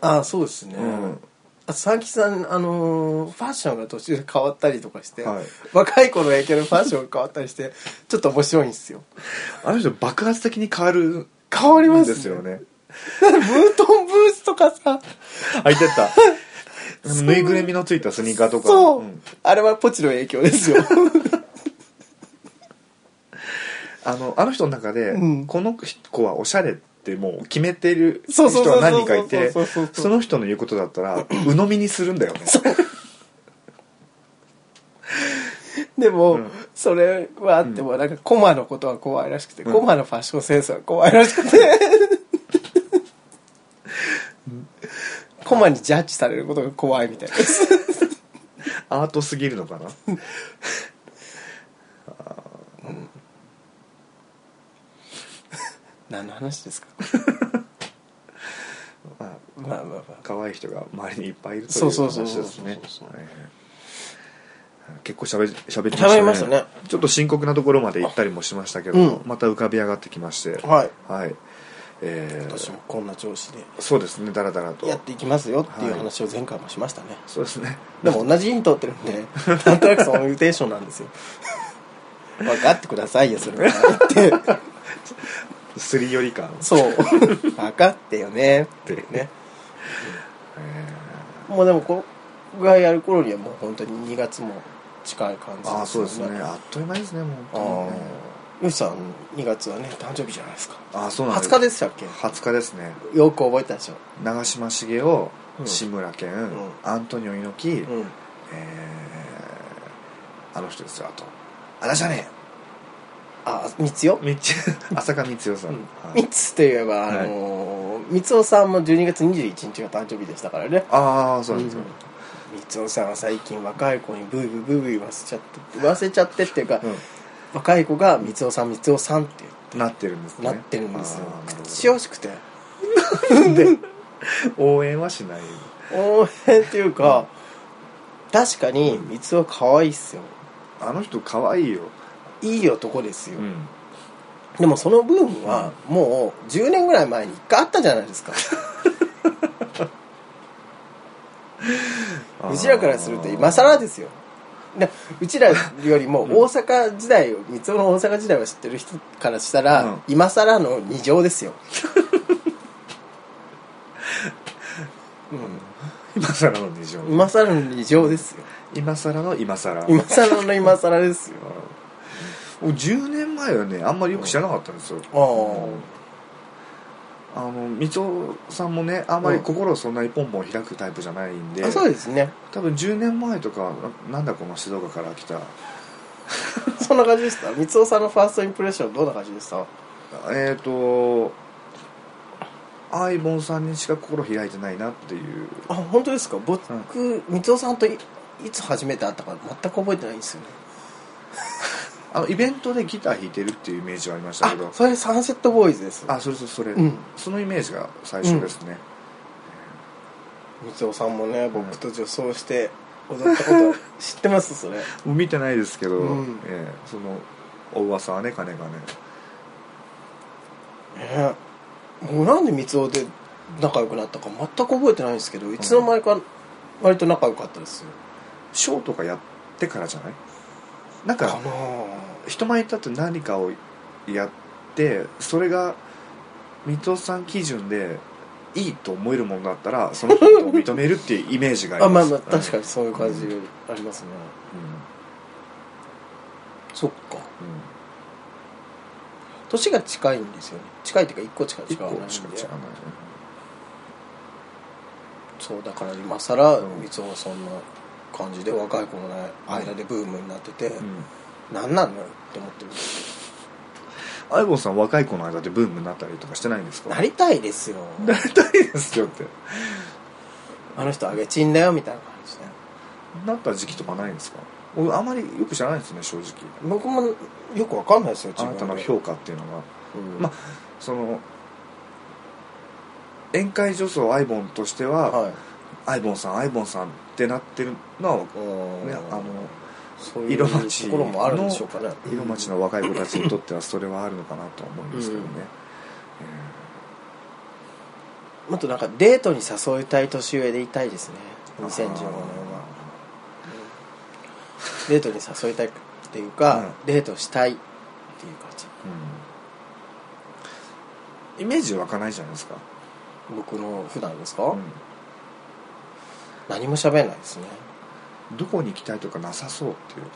[SPEAKER 1] ああそうですね、
[SPEAKER 2] うん
[SPEAKER 1] あと佐々木さん、あのーファッションが途中で変わったりとかして、
[SPEAKER 2] はい
[SPEAKER 1] 若い子の影響でファッションが変わったりしてちょっと面白いんです [LAUGHS] よ
[SPEAKER 2] あの人爆発的に変わる
[SPEAKER 1] 変わり
[SPEAKER 2] ん
[SPEAKER 1] ま
[SPEAKER 2] です
[SPEAKER 1] ね
[SPEAKER 2] すよね
[SPEAKER 1] だってブートンブーツとかさ
[SPEAKER 2] あいてったあの [LAUGHS] ぬいぐるみのついたスニーカーとか
[SPEAKER 1] そう、
[SPEAKER 2] ん
[SPEAKER 1] あれはポチの影響です [LAUGHS] よ
[SPEAKER 2] あのあの人の中で、
[SPEAKER 1] ん
[SPEAKER 2] この子はおしゃれってもう決めてる
[SPEAKER 1] そ
[SPEAKER 2] 人
[SPEAKER 1] うそうそう
[SPEAKER 2] は何人かいて
[SPEAKER 1] そうそうそうそう
[SPEAKER 2] その人の言うことだった [LAUGHS] ら鵜呑みにするんだよね
[SPEAKER 1] でも、それはあってもなんかコマのことは怖いらしくて、コマのファッションセンスは怖いらしくて、 [LAUGHS] コマにジャッジされることが怖いみたいです
[SPEAKER 2] アートすぎるのかな
[SPEAKER 1] 何の話ですか
[SPEAKER 2] まあ
[SPEAKER 1] [LAUGHS] まあまあまあ
[SPEAKER 2] 可愛い人が周りにいっぱいいるとい
[SPEAKER 1] そううそうそう
[SPEAKER 2] 話ですね
[SPEAKER 1] そうそうそう
[SPEAKER 2] はいはい結構しゃべしゃべって
[SPEAKER 1] 喋りましたね
[SPEAKER 2] ちょっと深刻なところまで行ったりもしましたけど、
[SPEAKER 1] うん
[SPEAKER 2] また浮かび上がってきまして
[SPEAKER 1] はい
[SPEAKER 2] はいえー
[SPEAKER 1] 私もこんな調子で
[SPEAKER 2] そうですねだらだらと
[SPEAKER 1] やっていきますよっていう話を前回もしましたね、
[SPEAKER 2] そうですね
[SPEAKER 1] でも同じヒントを取ってるんでなんとなくそのミューテーションなんですよ分かってくださいよそれは言って
[SPEAKER 2] すり寄り感
[SPEAKER 1] そう分かってよねっていうね
[SPEAKER 2] え
[SPEAKER 1] もうでもこれがやる頃にはもう本当に2月も近い感じ
[SPEAKER 2] ーああそうですねあっという間ですねもう
[SPEAKER 1] あ
[SPEAKER 2] 本当にね
[SPEAKER 1] よしさん2月はね誕生日じゃないですか
[SPEAKER 2] ああそうなん
[SPEAKER 1] 20日
[SPEAKER 2] す
[SPEAKER 1] でしたっけ
[SPEAKER 2] 20日ですね
[SPEAKER 1] よく覚えたでしょ
[SPEAKER 2] 長嶋茂雄
[SPEAKER 1] うん
[SPEAKER 2] 志村けん、
[SPEAKER 1] ん
[SPEAKER 2] アントニオ猪木、
[SPEAKER 1] うん
[SPEAKER 2] えーあの人ですよあとあだじゃね
[SPEAKER 1] あ三つよ
[SPEAKER 2] えみっち浅香光代さん、
[SPEAKER 1] うん
[SPEAKER 2] はい
[SPEAKER 1] 三つといえばあのー三尾さんも12月21日が誕生日でしたからね
[SPEAKER 2] ああそうなんですよ、
[SPEAKER 1] 三尾さんは最近若い子にブーブーブーブー言わせちゃって言わせちゃってっていうか、
[SPEAKER 2] うん
[SPEAKER 1] 若い子が三尾さん三尾さんって
[SPEAKER 2] なってるんですね
[SPEAKER 1] なってるんですよ
[SPEAKER 2] あーなるほど
[SPEAKER 1] 口惜しくて
[SPEAKER 2] 応援はしない
[SPEAKER 1] 応援っていうか、確かに三尾可愛いっすよ
[SPEAKER 2] あの人可愛いよ、
[SPEAKER 1] いい男ですよ、
[SPEAKER 2] ん、
[SPEAKER 1] でもそのブームはもう10年ぐらい前に1回あったじゃないですかうちらからすると今更ですよでうちらよりも大阪時代を三つの大阪時代を知ってる人からしたら、
[SPEAKER 2] うん
[SPEAKER 1] 今更の二乗ですよ、
[SPEAKER 2] 今更の二乗
[SPEAKER 1] うん、今更の二乗ですよ
[SPEAKER 2] 今更の今更
[SPEAKER 1] 今更の今更ですよ
[SPEAKER 2] もう10年前はねあんまりよく知らなかったんですよ、
[SPEAKER 1] ああ
[SPEAKER 2] あのみつおさんもねあんまり心をそんなにポンポン開くタイプじゃないんで、
[SPEAKER 1] あそうですね
[SPEAKER 2] 多分10年前とかななんだこの静岡から来た
[SPEAKER 1] そんな感じでした三尾さんのファーストインプレッションどんな感じでした
[SPEAKER 2] えっ、ー、とアイボンさんにしか心開いてないなっていう
[SPEAKER 1] あ本当ですか僕、三尾さんといいつ初めて会ったか全く覚えてないんですよね
[SPEAKER 2] あのイベントでギター弾いてるっていうイメージはありました
[SPEAKER 1] あ
[SPEAKER 2] けど
[SPEAKER 1] それサンセットボーイズです
[SPEAKER 2] あそれそれそれ、
[SPEAKER 1] うん
[SPEAKER 2] そのイメージが最初ですね、
[SPEAKER 1] 三尾さんもね僕と女装して踊ったこと知ってますそれ
[SPEAKER 2] もう見てないですけど、
[SPEAKER 1] うん
[SPEAKER 2] ええそのお噂はね金がね
[SPEAKER 1] ねもうなんで三尾で仲良くなったか全く覚えてないんですけどいつの間にか割と仲良かったですよ、
[SPEAKER 2] ショーとかやってからじゃないなん
[SPEAKER 1] か
[SPEAKER 2] か
[SPEAKER 1] なあ
[SPEAKER 2] 人前に立って何かをやってそれが水戸さん基準でいいと思えるものだったらその人を認めるっていうイメージがあ
[SPEAKER 1] あ
[SPEAKER 2] り
[SPEAKER 1] ま [LAUGHS] あ
[SPEAKER 2] ます
[SPEAKER 1] まあ確か
[SPEAKER 2] に、
[SPEAKER 1] にそういう感じありますね、そっか
[SPEAKER 2] うんうん
[SPEAKER 1] 年が近いんですよね近いっていうか一個近い
[SPEAKER 2] 一
[SPEAKER 1] 違う
[SPEAKER 2] 個しか違わない
[SPEAKER 1] そうだから今更
[SPEAKER 2] うん
[SPEAKER 1] 三尾はそんな感じで若い子のね間でブームになってて、
[SPEAKER 2] ね、
[SPEAKER 1] なん、何なんだよって思ってるんです
[SPEAKER 2] うん、アイボンさん若い子の間でブームになったりとかしてないんですか
[SPEAKER 1] なりたいです
[SPEAKER 2] [LAUGHS]
[SPEAKER 1] よ
[SPEAKER 2] なりたいですよって
[SPEAKER 1] あの人あげちんだよみたいな感じで
[SPEAKER 2] なった時期とかないんですか俺あまりよく知らないですね正直
[SPEAKER 1] 僕もよくわかんないですよ
[SPEAKER 2] あなたの評価っていうのがまあその宴会女装アイボンとして
[SPEAKER 1] あ
[SPEAKER 2] は、
[SPEAKER 1] はい
[SPEAKER 2] アイボンさんアイボンさんってなってるのは、ね、
[SPEAKER 1] ね
[SPEAKER 2] あの
[SPEAKER 1] そういう
[SPEAKER 2] 色町
[SPEAKER 1] ところもあるんでしょうかね
[SPEAKER 2] 色町の若い子たちにとってはそれはあるのかなと思うんですけどね、
[SPEAKER 1] もっとなんかデートに誘いたい年上でいたいですね
[SPEAKER 2] うん
[SPEAKER 1] 2015年はデートに誘いたいっていうか、デートしたいっていう感じ
[SPEAKER 2] うんイメージ湧かないじゃないですか、
[SPEAKER 1] 僕の普段ですか、
[SPEAKER 2] う
[SPEAKER 1] 何も喋らないですね
[SPEAKER 2] んどこに行きたいとかなさそうっていうか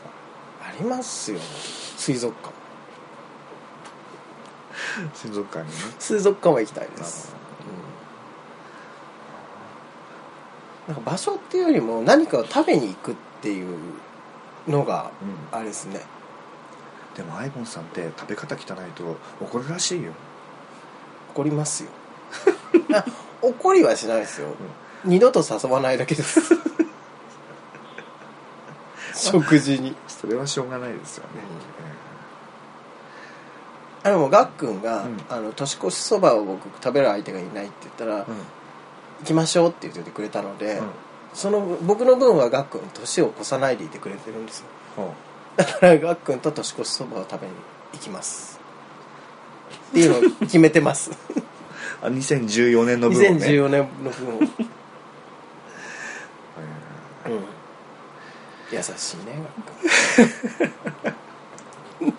[SPEAKER 1] ありますよ水族館
[SPEAKER 2] 水族館にね
[SPEAKER 1] 水族館は行きたいです、うん、なんか場所っていうよりも何かを食べに行くっていうのが
[SPEAKER 2] うん
[SPEAKER 1] あれですね
[SPEAKER 2] でもアイボンさんって食べ方汚いと怒るらしいよ
[SPEAKER 1] 怒りますよ [LAUGHS] あ怒りはしないですよ、二度と誘わないだけです [LAUGHS] 食事に
[SPEAKER 2] それはしょうがないですよね、
[SPEAKER 1] あでもがっくんが、
[SPEAKER 2] うん
[SPEAKER 1] あの年越しそばを僕食べる相手がいないって言ったら、
[SPEAKER 2] うん
[SPEAKER 1] 行きましょうって言ってくれたので、
[SPEAKER 2] うん
[SPEAKER 1] その僕の分はがっくん年を越さないでいてくれてるんですよ
[SPEAKER 2] ほ
[SPEAKER 1] だからがっくんと年越しそばを食べに行きますっていうのを決めてます
[SPEAKER 2] うあ2014年の分をね
[SPEAKER 1] 2014年の分
[SPEAKER 2] [LAUGHS]
[SPEAKER 1] を、うん、優しいねがっく
[SPEAKER 2] [LAUGHS]
[SPEAKER 1] ん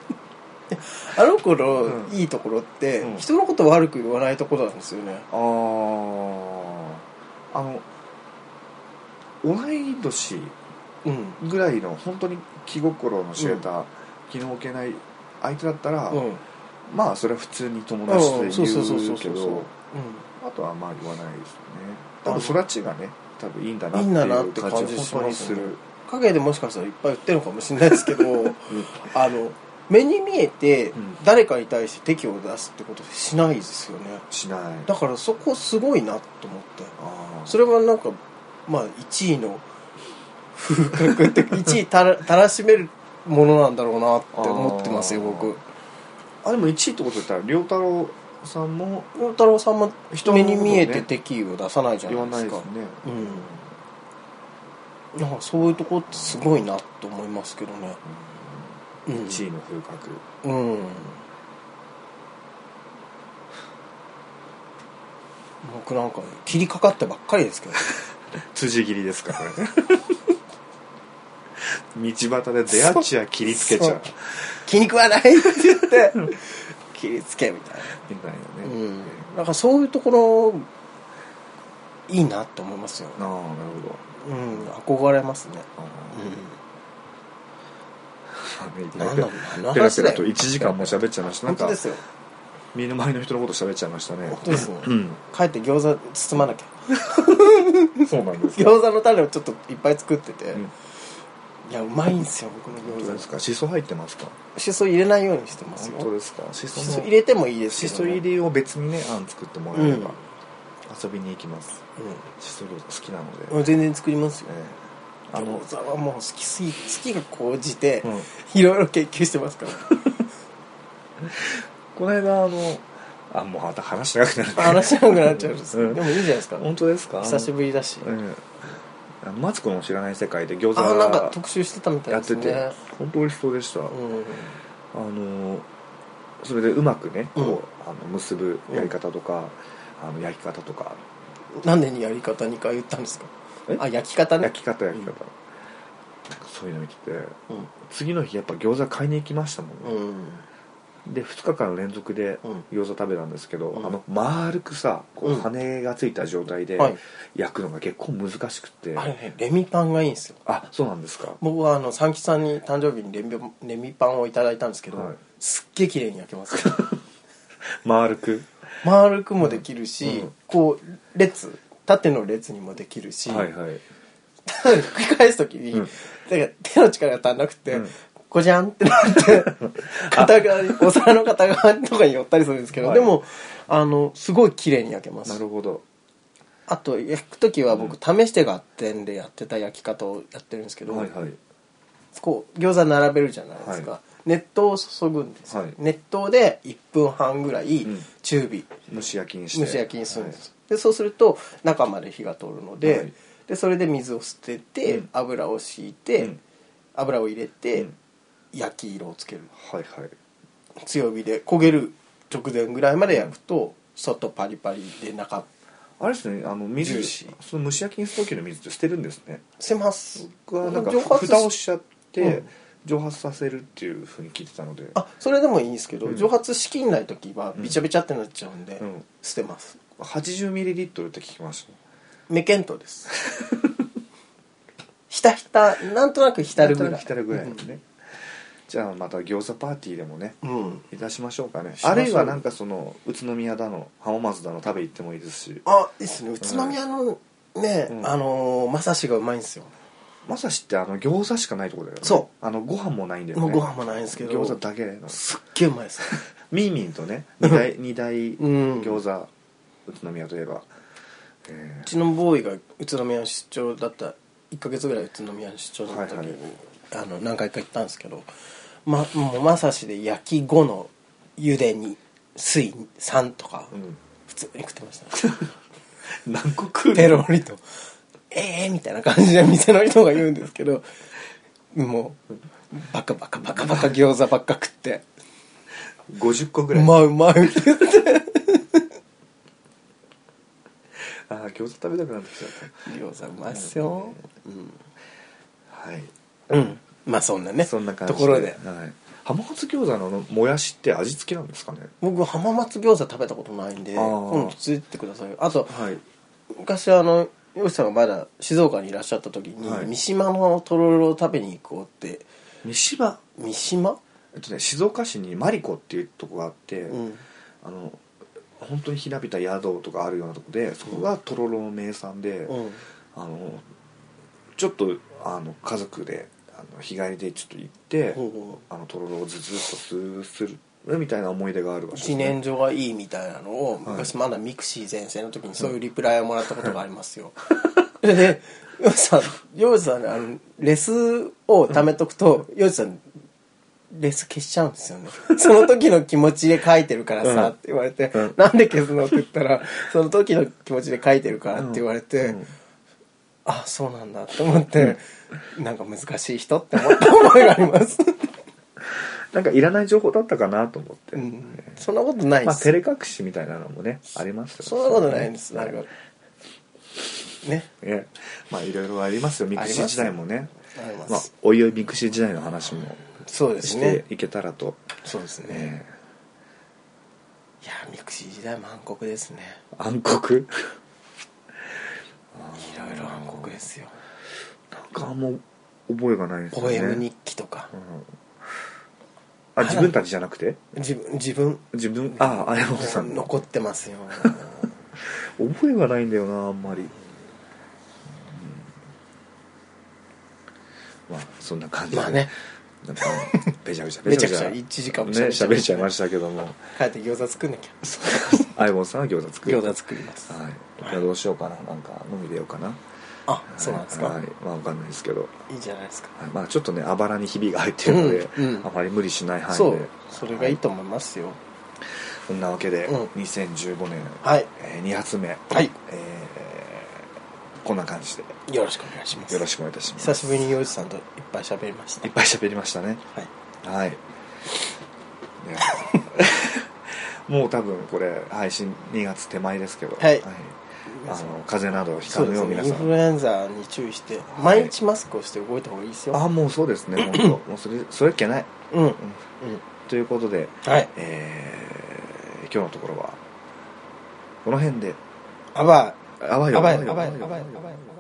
[SPEAKER 1] あの頃、
[SPEAKER 2] うん
[SPEAKER 1] いいところって、
[SPEAKER 2] うん
[SPEAKER 1] 人のこと悪く言わないところなんですよね
[SPEAKER 2] あーあの同い年
[SPEAKER 1] うん
[SPEAKER 2] ぐらいの本当に気心の知れた、気の置けない相手だったら、
[SPEAKER 1] うん
[SPEAKER 2] まあそれは普通に友
[SPEAKER 1] うん
[SPEAKER 2] 達と
[SPEAKER 1] そうそうそう
[SPEAKER 2] 言
[SPEAKER 1] そうう
[SPEAKER 2] け
[SPEAKER 1] そう
[SPEAKER 2] どあとはまあ言わないですよね多分育ちがね多分いいんだなってい
[SPEAKER 1] いい
[SPEAKER 2] う感じ
[SPEAKER 1] んだなって感じ
[SPEAKER 2] を
[SPEAKER 1] し
[SPEAKER 2] 本当
[SPEAKER 1] ま
[SPEAKER 2] に
[SPEAKER 1] す
[SPEAKER 2] す
[SPEAKER 1] ね
[SPEAKER 2] る
[SPEAKER 1] うん、影でもしかしたらいっぱい売ってるのかもしれないですけどあの目に見えて
[SPEAKER 2] うん
[SPEAKER 1] 誰かに対して敵を出すってことしないですよね
[SPEAKER 2] しない
[SPEAKER 1] だからそこすごいなと思って
[SPEAKER 2] あー
[SPEAKER 1] それはなんかまあ1位の風格 [LAUGHS] って1位たらたらしめるものなんだろうなって思ってますよ
[SPEAKER 2] あー
[SPEAKER 1] 僕
[SPEAKER 2] あでも1位ってことだったら良太郎さんも
[SPEAKER 1] 太郎さんも
[SPEAKER 2] 人の
[SPEAKER 1] 目
[SPEAKER 2] ことね
[SPEAKER 1] に見えて敵意を出さないじゃ
[SPEAKER 2] 言
[SPEAKER 1] な
[SPEAKER 2] わ
[SPEAKER 1] いで
[SPEAKER 2] ない
[SPEAKER 1] す
[SPEAKER 2] です
[SPEAKER 1] か
[SPEAKER 2] ね
[SPEAKER 1] うんなんかそういうとこってすごいなと思いますけどねうん
[SPEAKER 2] 1位の風格
[SPEAKER 1] うん僕なんか切りかかってばっかりです [LAUGHS] けど
[SPEAKER 2] 辻斬りですからね道端で出会っちゃ切りつけちゃう
[SPEAKER 1] そう気に食わないって言 [LAUGHS] って切りつけみたい
[SPEAKER 2] みたいな
[SPEAKER 1] な、う
[SPEAKER 2] ね、
[SPEAKER 1] ん
[SPEAKER 2] え、
[SPEAKER 1] なんかそういうところいいなって思いますよ
[SPEAKER 2] え、ああなるほど
[SPEAKER 1] うん、憧れますね、
[SPEAKER 2] あー、
[SPEAKER 1] うん、
[SPEAKER 2] まあ
[SPEAKER 1] 何
[SPEAKER 2] ね
[SPEAKER 1] なの何の
[SPEAKER 2] ペラ
[SPEAKER 1] 話
[SPEAKER 2] ペ
[SPEAKER 1] だ
[SPEAKER 2] ラ
[SPEAKER 1] よ
[SPEAKER 2] と1時間も喋っちゃいましたなん
[SPEAKER 1] 本当
[SPEAKER 2] か
[SPEAKER 1] ですよ
[SPEAKER 2] 身の回りの人のこと喋っちゃいましたね
[SPEAKER 1] 本当ですね
[SPEAKER 2] うん
[SPEAKER 1] 帰って餃子包まなきゃ
[SPEAKER 2] そうなんです
[SPEAKER 1] [LAUGHS]
[SPEAKER 2] よ
[SPEAKER 1] 餃子のタレをちょっといっぱい作ってて、
[SPEAKER 2] うん
[SPEAKER 1] いやうまいんですよ僕の
[SPEAKER 2] 本
[SPEAKER 1] 餃
[SPEAKER 2] 当で
[SPEAKER 1] 子
[SPEAKER 2] すかシソ入ってますか
[SPEAKER 1] しそ入れないようにしてます
[SPEAKER 2] 本
[SPEAKER 1] よ
[SPEAKER 2] 当ですかシソ
[SPEAKER 1] しそ
[SPEAKER 2] の
[SPEAKER 1] 入れてもいいです
[SPEAKER 2] シ
[SPEAKER 1] け
[SPEAKER 2] ソ
[SPEAKER 1] ど、
[SPEAKER 2] 入
[SPEAKER 1] ね、
[SPEAKER 2] りを別にねあん作ってもらえれば、
[SPEAKER 1] うん
[SPEAKER 2] 遊びに行きますシソ餃子好きなので、
[SPEAKER 1] うん全然作りますよ
[SPEAKER 2] ええあの
[SPEAKER 1] 餃子はもう好きすぎ好きが高じて
[SPEAKER 2] うん
[SPEAKER 1] いろいろ研究してますから
[SPEAKER 2] この間あのあもうまた話しなくなる
[SPEAKER 1] 話しなくなっちゃうんです
[SPEAKER 2] う
[SPEAKER 1] で
[SPEAKER 2] ん
[SPEAKER 1] もいいじゃないですか
[SPEAKER 2] 本当ですか
[SPEAKER 1] 久しぶりだし
[SPEAKER 2] うんあのマツコの知らない世界で餃子
[SPEAKER 1] あなんか特集してたみたい
[SPEAKER 2] や
[SPEAKER 1] で
[SPEAKER 2] って
[SPEAKER 1] す
[SPEAKER 2] て、
[SPEAKER 1] ね
[SPEAKER 2] 本当美味しそうでした、
[SPEAKER 1] うん
[SPEAKER 2] あのそれでうまくねこう、
[SPEAKER 1] うん
[SPEAKER 2] あの結ぶやり方とか、あの焼き方とか
[SPEAKER 1] なんでにやり方2回言ったんですか
[SPEAKER 2] え
[SPEAKER 1] あ焼き方ね
[SPEAKER 2] 焼き方焼き
[SPEAKER 1] うん
[SPEAKER 2] 方、なんかそういうの見てて
[SPEAKER 1] うん
[SPEAKER 2] 次の日やっぱ餃子買いに行きましたもん
[SPEAKER 1] う
[SPEAKER 2] ね、
[SPEAKER 1] ん
[SPEAKER 2] で2日間連続で
[SPEAKER 1] うん
[SPEAKER 2] 餃子食べたんですけど、
[SPEAKER 1] うん
[SPEAKER 2] あの丸くさこう
[SPEAKER 1] うん
[SPEAKER 2] 羽がついた状態で
[SPEAKER 1] はい
[SPEAKER 2] 焼くのが結構難しくて、
[SPEAKER 1] あれねレミパンがいいんですよ
[SPEAKER 2] あそうなんですか
[SPEAKER 1] 僕はあの三吉さんに誕生日にレミレミパンをいただいたんですけど、
[SPEAKER 2] はい
[SPEAKER 1] すっげえ綺麗に焼けます
[SPEAKER 2] 丸く
[SPEAKER 1] [LAUGHS] 丸くもできるし、
[SPEAKER 2] うん
[SPEAKER 1] こう列縦の列にもできるし、
[SPEAKER 2] はいはい
[SPEAKER 1] ただ [LAUGHS] 繰り返す時に、
[SPEAKER 2] うん
[SPEAKER 1] だから手の力が足んなくて、
[SPEAKER 2] うん
[SPEAKER 1] ごじゃんってな
[SPEAKER 2] [LAUGHS]
[SPEAKER 1] って片側にお皿の片側とかに寄ったりするんですけど、
[SPEAKER 2] はい
[SPEAKER 1] でもあのすごい綺麗に焼けま
[SPEAKER 2] な
[SPEAKER 1] す
[SPEAKER 2] るほど
[SPEAKER 1] あと焼く時は僕試してがあってんでやってた焼き方をやってるんですけど、
[SPEAKER 2] はいはい
[SPEAKER 1] こう餃子並べるじゃないですか、
[SPEAKER 2] は
[SPEAKER 1] 熱湯を注ぐんですよ、
[SPEAKER 2] はい
[SPEAKER 1] 熱湯で1分半ぐらい
[SPEAKER 2] うん
[SPEAKER 1] 中火、
[SPEAKER 2] 蒸し焼きにして
[SPEAKER 1] 蒸し焼きにするんです、でそうすると中まで火が通るので,、
[SPEAKER 2] はい
[SPEAKER 1] でそれで水を捨てて、
[SPEAKER 2] うん
[SPEAKER 1] 油を敷いて、
[SPEAKER 2] うん
[SPEAKER 1] 油を入れて、
[SPEAKER 2] うん
[SPEAKER 1] 焼き色をつける
[SPEAKER 2] はいはいはい
[SPEAKER 1] 強火で焦げる直前ぐらいまで焼くと外パリパリで中
[SPEAKER 2] あれですねあの
[SPEAKER 1] ジュ
[SPEAKER 2] 水
[SPEAKER 1] ーシー
[SPEAKER 2] その蒸し焼きにする時の水って捨てるんですね
[SPEAKER 1] せます
[SPEAKER 2] 僕はなんか
[SPEAKER 1] 蒸発し
[SPEAKER 2] 蓋をしちゃって、
[SPEAKER 1] うん
[SPEAKER 2] 蒸発させるっていうふうに聞いてたので
[SPEAKER 1] あそれでもいいんですけど、
[SPEAKER 2] うん
[SPEAKER 1] 蒸発しきんない時はびちゃびちゃってなっちゃうんで、
[SPEAKER 2] うん
[SPEAKER 1] 捨てます
[SPEAKER 2] 80ml って聞きました
[SPEAKER 1] メケントです [LAUGHS] ひたひたなんとなく浸るぐらい
[SPEAKER 2] 浸るぐらいのね、じゃあまた餃子パーティーでもね
[SPEAKER 1] うん、うん
[SPEAKER 2] いたしましょうかね
[SPEAKER 1] しましょ
[SPEAKER 2] あ
[SPEAKER 1] う
[SPEAKER 2] るいはなんかその宇都宮だの浜松だの食べ行ってもいいですし
[SPEAKER 1] あいいですね宇都宮のね、
[SPEAKER 2] うん
[SPEAKER 1] あのーまさしがうまいんですよ
[SPEAKER 2] まさしってあの餃子しかないとこだよね
[SPEAKER 1] そう
[SPEAKER 2] あのご飯もないんだよね
[SPEAKER 1] もうご飯もないんですけど
[SPEAKER 2] 餃子だけの
[SPEAKER 1] すっげえうまいです
[SPEAKER 2] ミーミンとね二大二大
[SPEAKER 1] ん
[SPEAKER 2] 餃子、宇都宮といえば、え
[SPEAKER 1] うちのボーイが宇都宮出張だった1ヶ月ぐらい宇都宮出張だった時に、
[SPEAKER 2] はいはい
[SPEAKER 1] あの何回か行ったんですけどまもうまさしで焼き後のゆでに水3とか、
[SPEAKER 2] ーうん
[SPEAKER 1] 普通に食ってました
[SPEAKER 2] 何個食うの
[SPEAKER 1] ペロリとえええー、みたいな感じで店の人が言うんですけど、もう、バカバカバカバカ餃子ばっか食って、
[SPEAKER 2] 50個ぐ
[SPEAKER 1] う
[SPEAKER 2] らい、
[SPEAKER 1] まいうまいって言って、
[SPEAKER 2] あー餃子食べたくなってきちゃっ
[SPEAKER 1] 餃子うまいっすよ。うん。
[SPEAKER 2] たはい
[SPEAKER 1] うん。まあそんなね、
[SPEAKER 2] そんな感じ
[SPEAKER 1] ところで。
[SPEAKER 2] はい、浜松餃子のあのもやしって味付きなんですかね
[SPEAKER 1] 僕浜松餃子食べたことないんで
[SPEAKER 2] あ
[SPEAKER 1] 今
[SPEAKER 2] ー
[SPEAKER 1] 度連れてってくださいよあと、
[SPEAKER 2] はい
[SPEAKER 1] 昔あの吉さんがまだ静岡にいらっしゃった時に、
[SPEAKER 2] はい
[SPEAKER 1] 三島のとろろを食べに行こうって
[SPEAKER 2] 三島
[SPEAKER 1] 三島、
[SPEAKER 2] えっとね静岡市にマリコっていうとこがあって、
[SPEAKER 1] うん、
[SPEAKER 2] あの本当にひなびた宿とかあるようなとこでそこがとろろの名産で、
[SPEAKER 1] うん
[SPEAKER 2] あのちょっとあの家族であの日帰りでちょっと行って、
[SPEAKER 1] ほうほ
[SPEAKER 2] あのとろろをずずっとスーするみたいな思い出があるわけ
[SPEAKER 1] 一年中がいいみたいなのを、昔まだミクシー全盛の時にそういうリプライをもらったことがあります
[SPEAKER 2] [LAUGHS]
[SPEAKER 1] よでヨウジさんヨウジさんねあのレスを貯めとくと、ヨウジさんレス消しちゃうんですよねその時の気持ちで書いてるからさ
[SPEAKER 2] うん
[SPEAKER 1] って言われて、
[SPEAKER 2] うん
[SPEAKER 1] なんで消すのって言ったらその時の気持ちで書いてるからって言われて、
[SPEAKER 2] うん
[SPEAKER 1] あそうなんだって思って、なんか難しい人って思った思いがあります、
[SPEAKER 2] なんかいらない情報だったかなと思って、
[SPEAKER 1] うん、そんなことないで
[SPEAKER 2] まあ
[SPEAKER 1] す
[SPEAKER 2] 照れ隠しみたいなのもねありますよ
[SPEAKER 1] そんなことないんです。なんか。ね。
[SPEAKER 2] ええまあいろいろありますよミクシー時代もね
[SPEAKER 1] あります
[SPEAKER 2] まあおいおいミクシー時代の話も
[SPEAKER 1] そうです
[SPEAKER 2] し
[SPEAKER 1] ね
[SPEAKER 2] て。いけたらと、
[SPEAKER 1] そうですね。
[SPEAKER 2] え
[SPEAKER 1] いやー、ミクシー時代も暗黒ですね。
[SPEAKER 2] え暗黒 [LAUGHS]
[SPEAKER 1] いろいろ暗黒ですよ。
[SPEAKER 2] なんかあんま覚えがないですよ
[SPEAKER 1] ポ
[SPEAKER 2] ね
[SPEAKER 1] エム日記とか
[SPEAKER 2] う。んあ自分たちじゃなくて
[SPEAKER 1] 自分、自分、
[SPEAKER 2] 自分ああ綾本さんの
[SPEAKER 1] 残って [LAUGHS] ますよ。
[SPEAKER 2] 覚えがないんだよなあんまり、うんまあそんな感じで
[SPEAKER 1] まあね、
[SPEAKER 2] なんかべちゃべちゃ
[SPEAKER 1] めちゃくちゃ一時間も
[SPEAKER 2] ね
[SPEAKER 1] 喋っちゃう
[SPEAKER 2] 喋っちゃいましたけど
[SPEAKER 1] [LAUGHS]
[SPEAKER 2] も
[SPEAKER 1] 帰って餃子作んなきゃ。
[SPEAKER 2] アイボンさんは餃子作る
[SPEAKER 1] 餃子作ります。
[SPEAKER 2] はい僕はどうしようかななんか飲み出ようかな
[SPEAKER 1] あ、そうなんです
[SPEAKER 2] は
[SPEAKER 1] か
[SPEAKER 2] い。まあわかんないですけど
[SPEAKER 1] いいじゃないですか。
[SPEAKER 2] はいまあちょっとねあばらにひびが入ってるので、
[SPEAKER 1] うんうん
[SPEAKER 2] あまり無理しない範囲で
[SPEAKER 1] そう。それがいいと思いますよ。
[SPEAKER 2] そんなわけで、
[SPEAKER 1] うん
[SPEAKER 2] 2015年、
[SPEAKER 1] はい。
[SPEAKER 2] え2発目、
[SPEAKER 1] はい。
[SPEAKER 2] えーこんな感じで
[SPEAKER 1] よろしくお願いします。
[SPEAKER 2] よろしくお願いいたします
[SPEAKER 1] 久しぶりに洋一さんといっぱい喋りました
[SPEAKER 2] いっ。ぱい喋りましたね
[SPEAKER 1] はい。 [LAUGHS]
[SPEAKER 2] はいいやもう多分これ配信2月手前ですけど、
[SPEAKER 1] はい
[SPEAKER 2] あの風邪などをひか
[SPEAKER 1] そう
[SPEAKER 2] ぬ
[SPEAKER 1] で
[SPEAKER 2] よ
[SPEAKER 1] す
[SPEAKER 2] う
[SPEAKER 1] ね
[SPEAKER 2] 皆
[SPEAKER 1] イン
[SPEAKER 2] さ
[SPEAKER 1] フル
[SPEAKER 2] ん
[SPEAKER 1] エンザに注意して毎日マスクをして動いた方がいいですよ、
[SPEAKER 2] あもうそうで
[SPEAKER 1] [LAUGHS]
[SPEAKER 2] すね本当もうそれそれっけない、
[SPEAKER 1] うんうん
[SPEAKER 2] うんということで、
[SPEAKER 1] はい
[SPEAKER 2] えー今日のところはこの辺で
[SPEAKER 1] あば
[SPEAKER 2] あわ
[SPEAKER 1] い
[SPEAKER 2] よ
[SPEAKER 1] あばいあ
[SPEAKER 2] わよ
[SPEAKER 1] ばいあばいあばい
[SPEAKER 2] わよ
[SPEAKER 1] あばい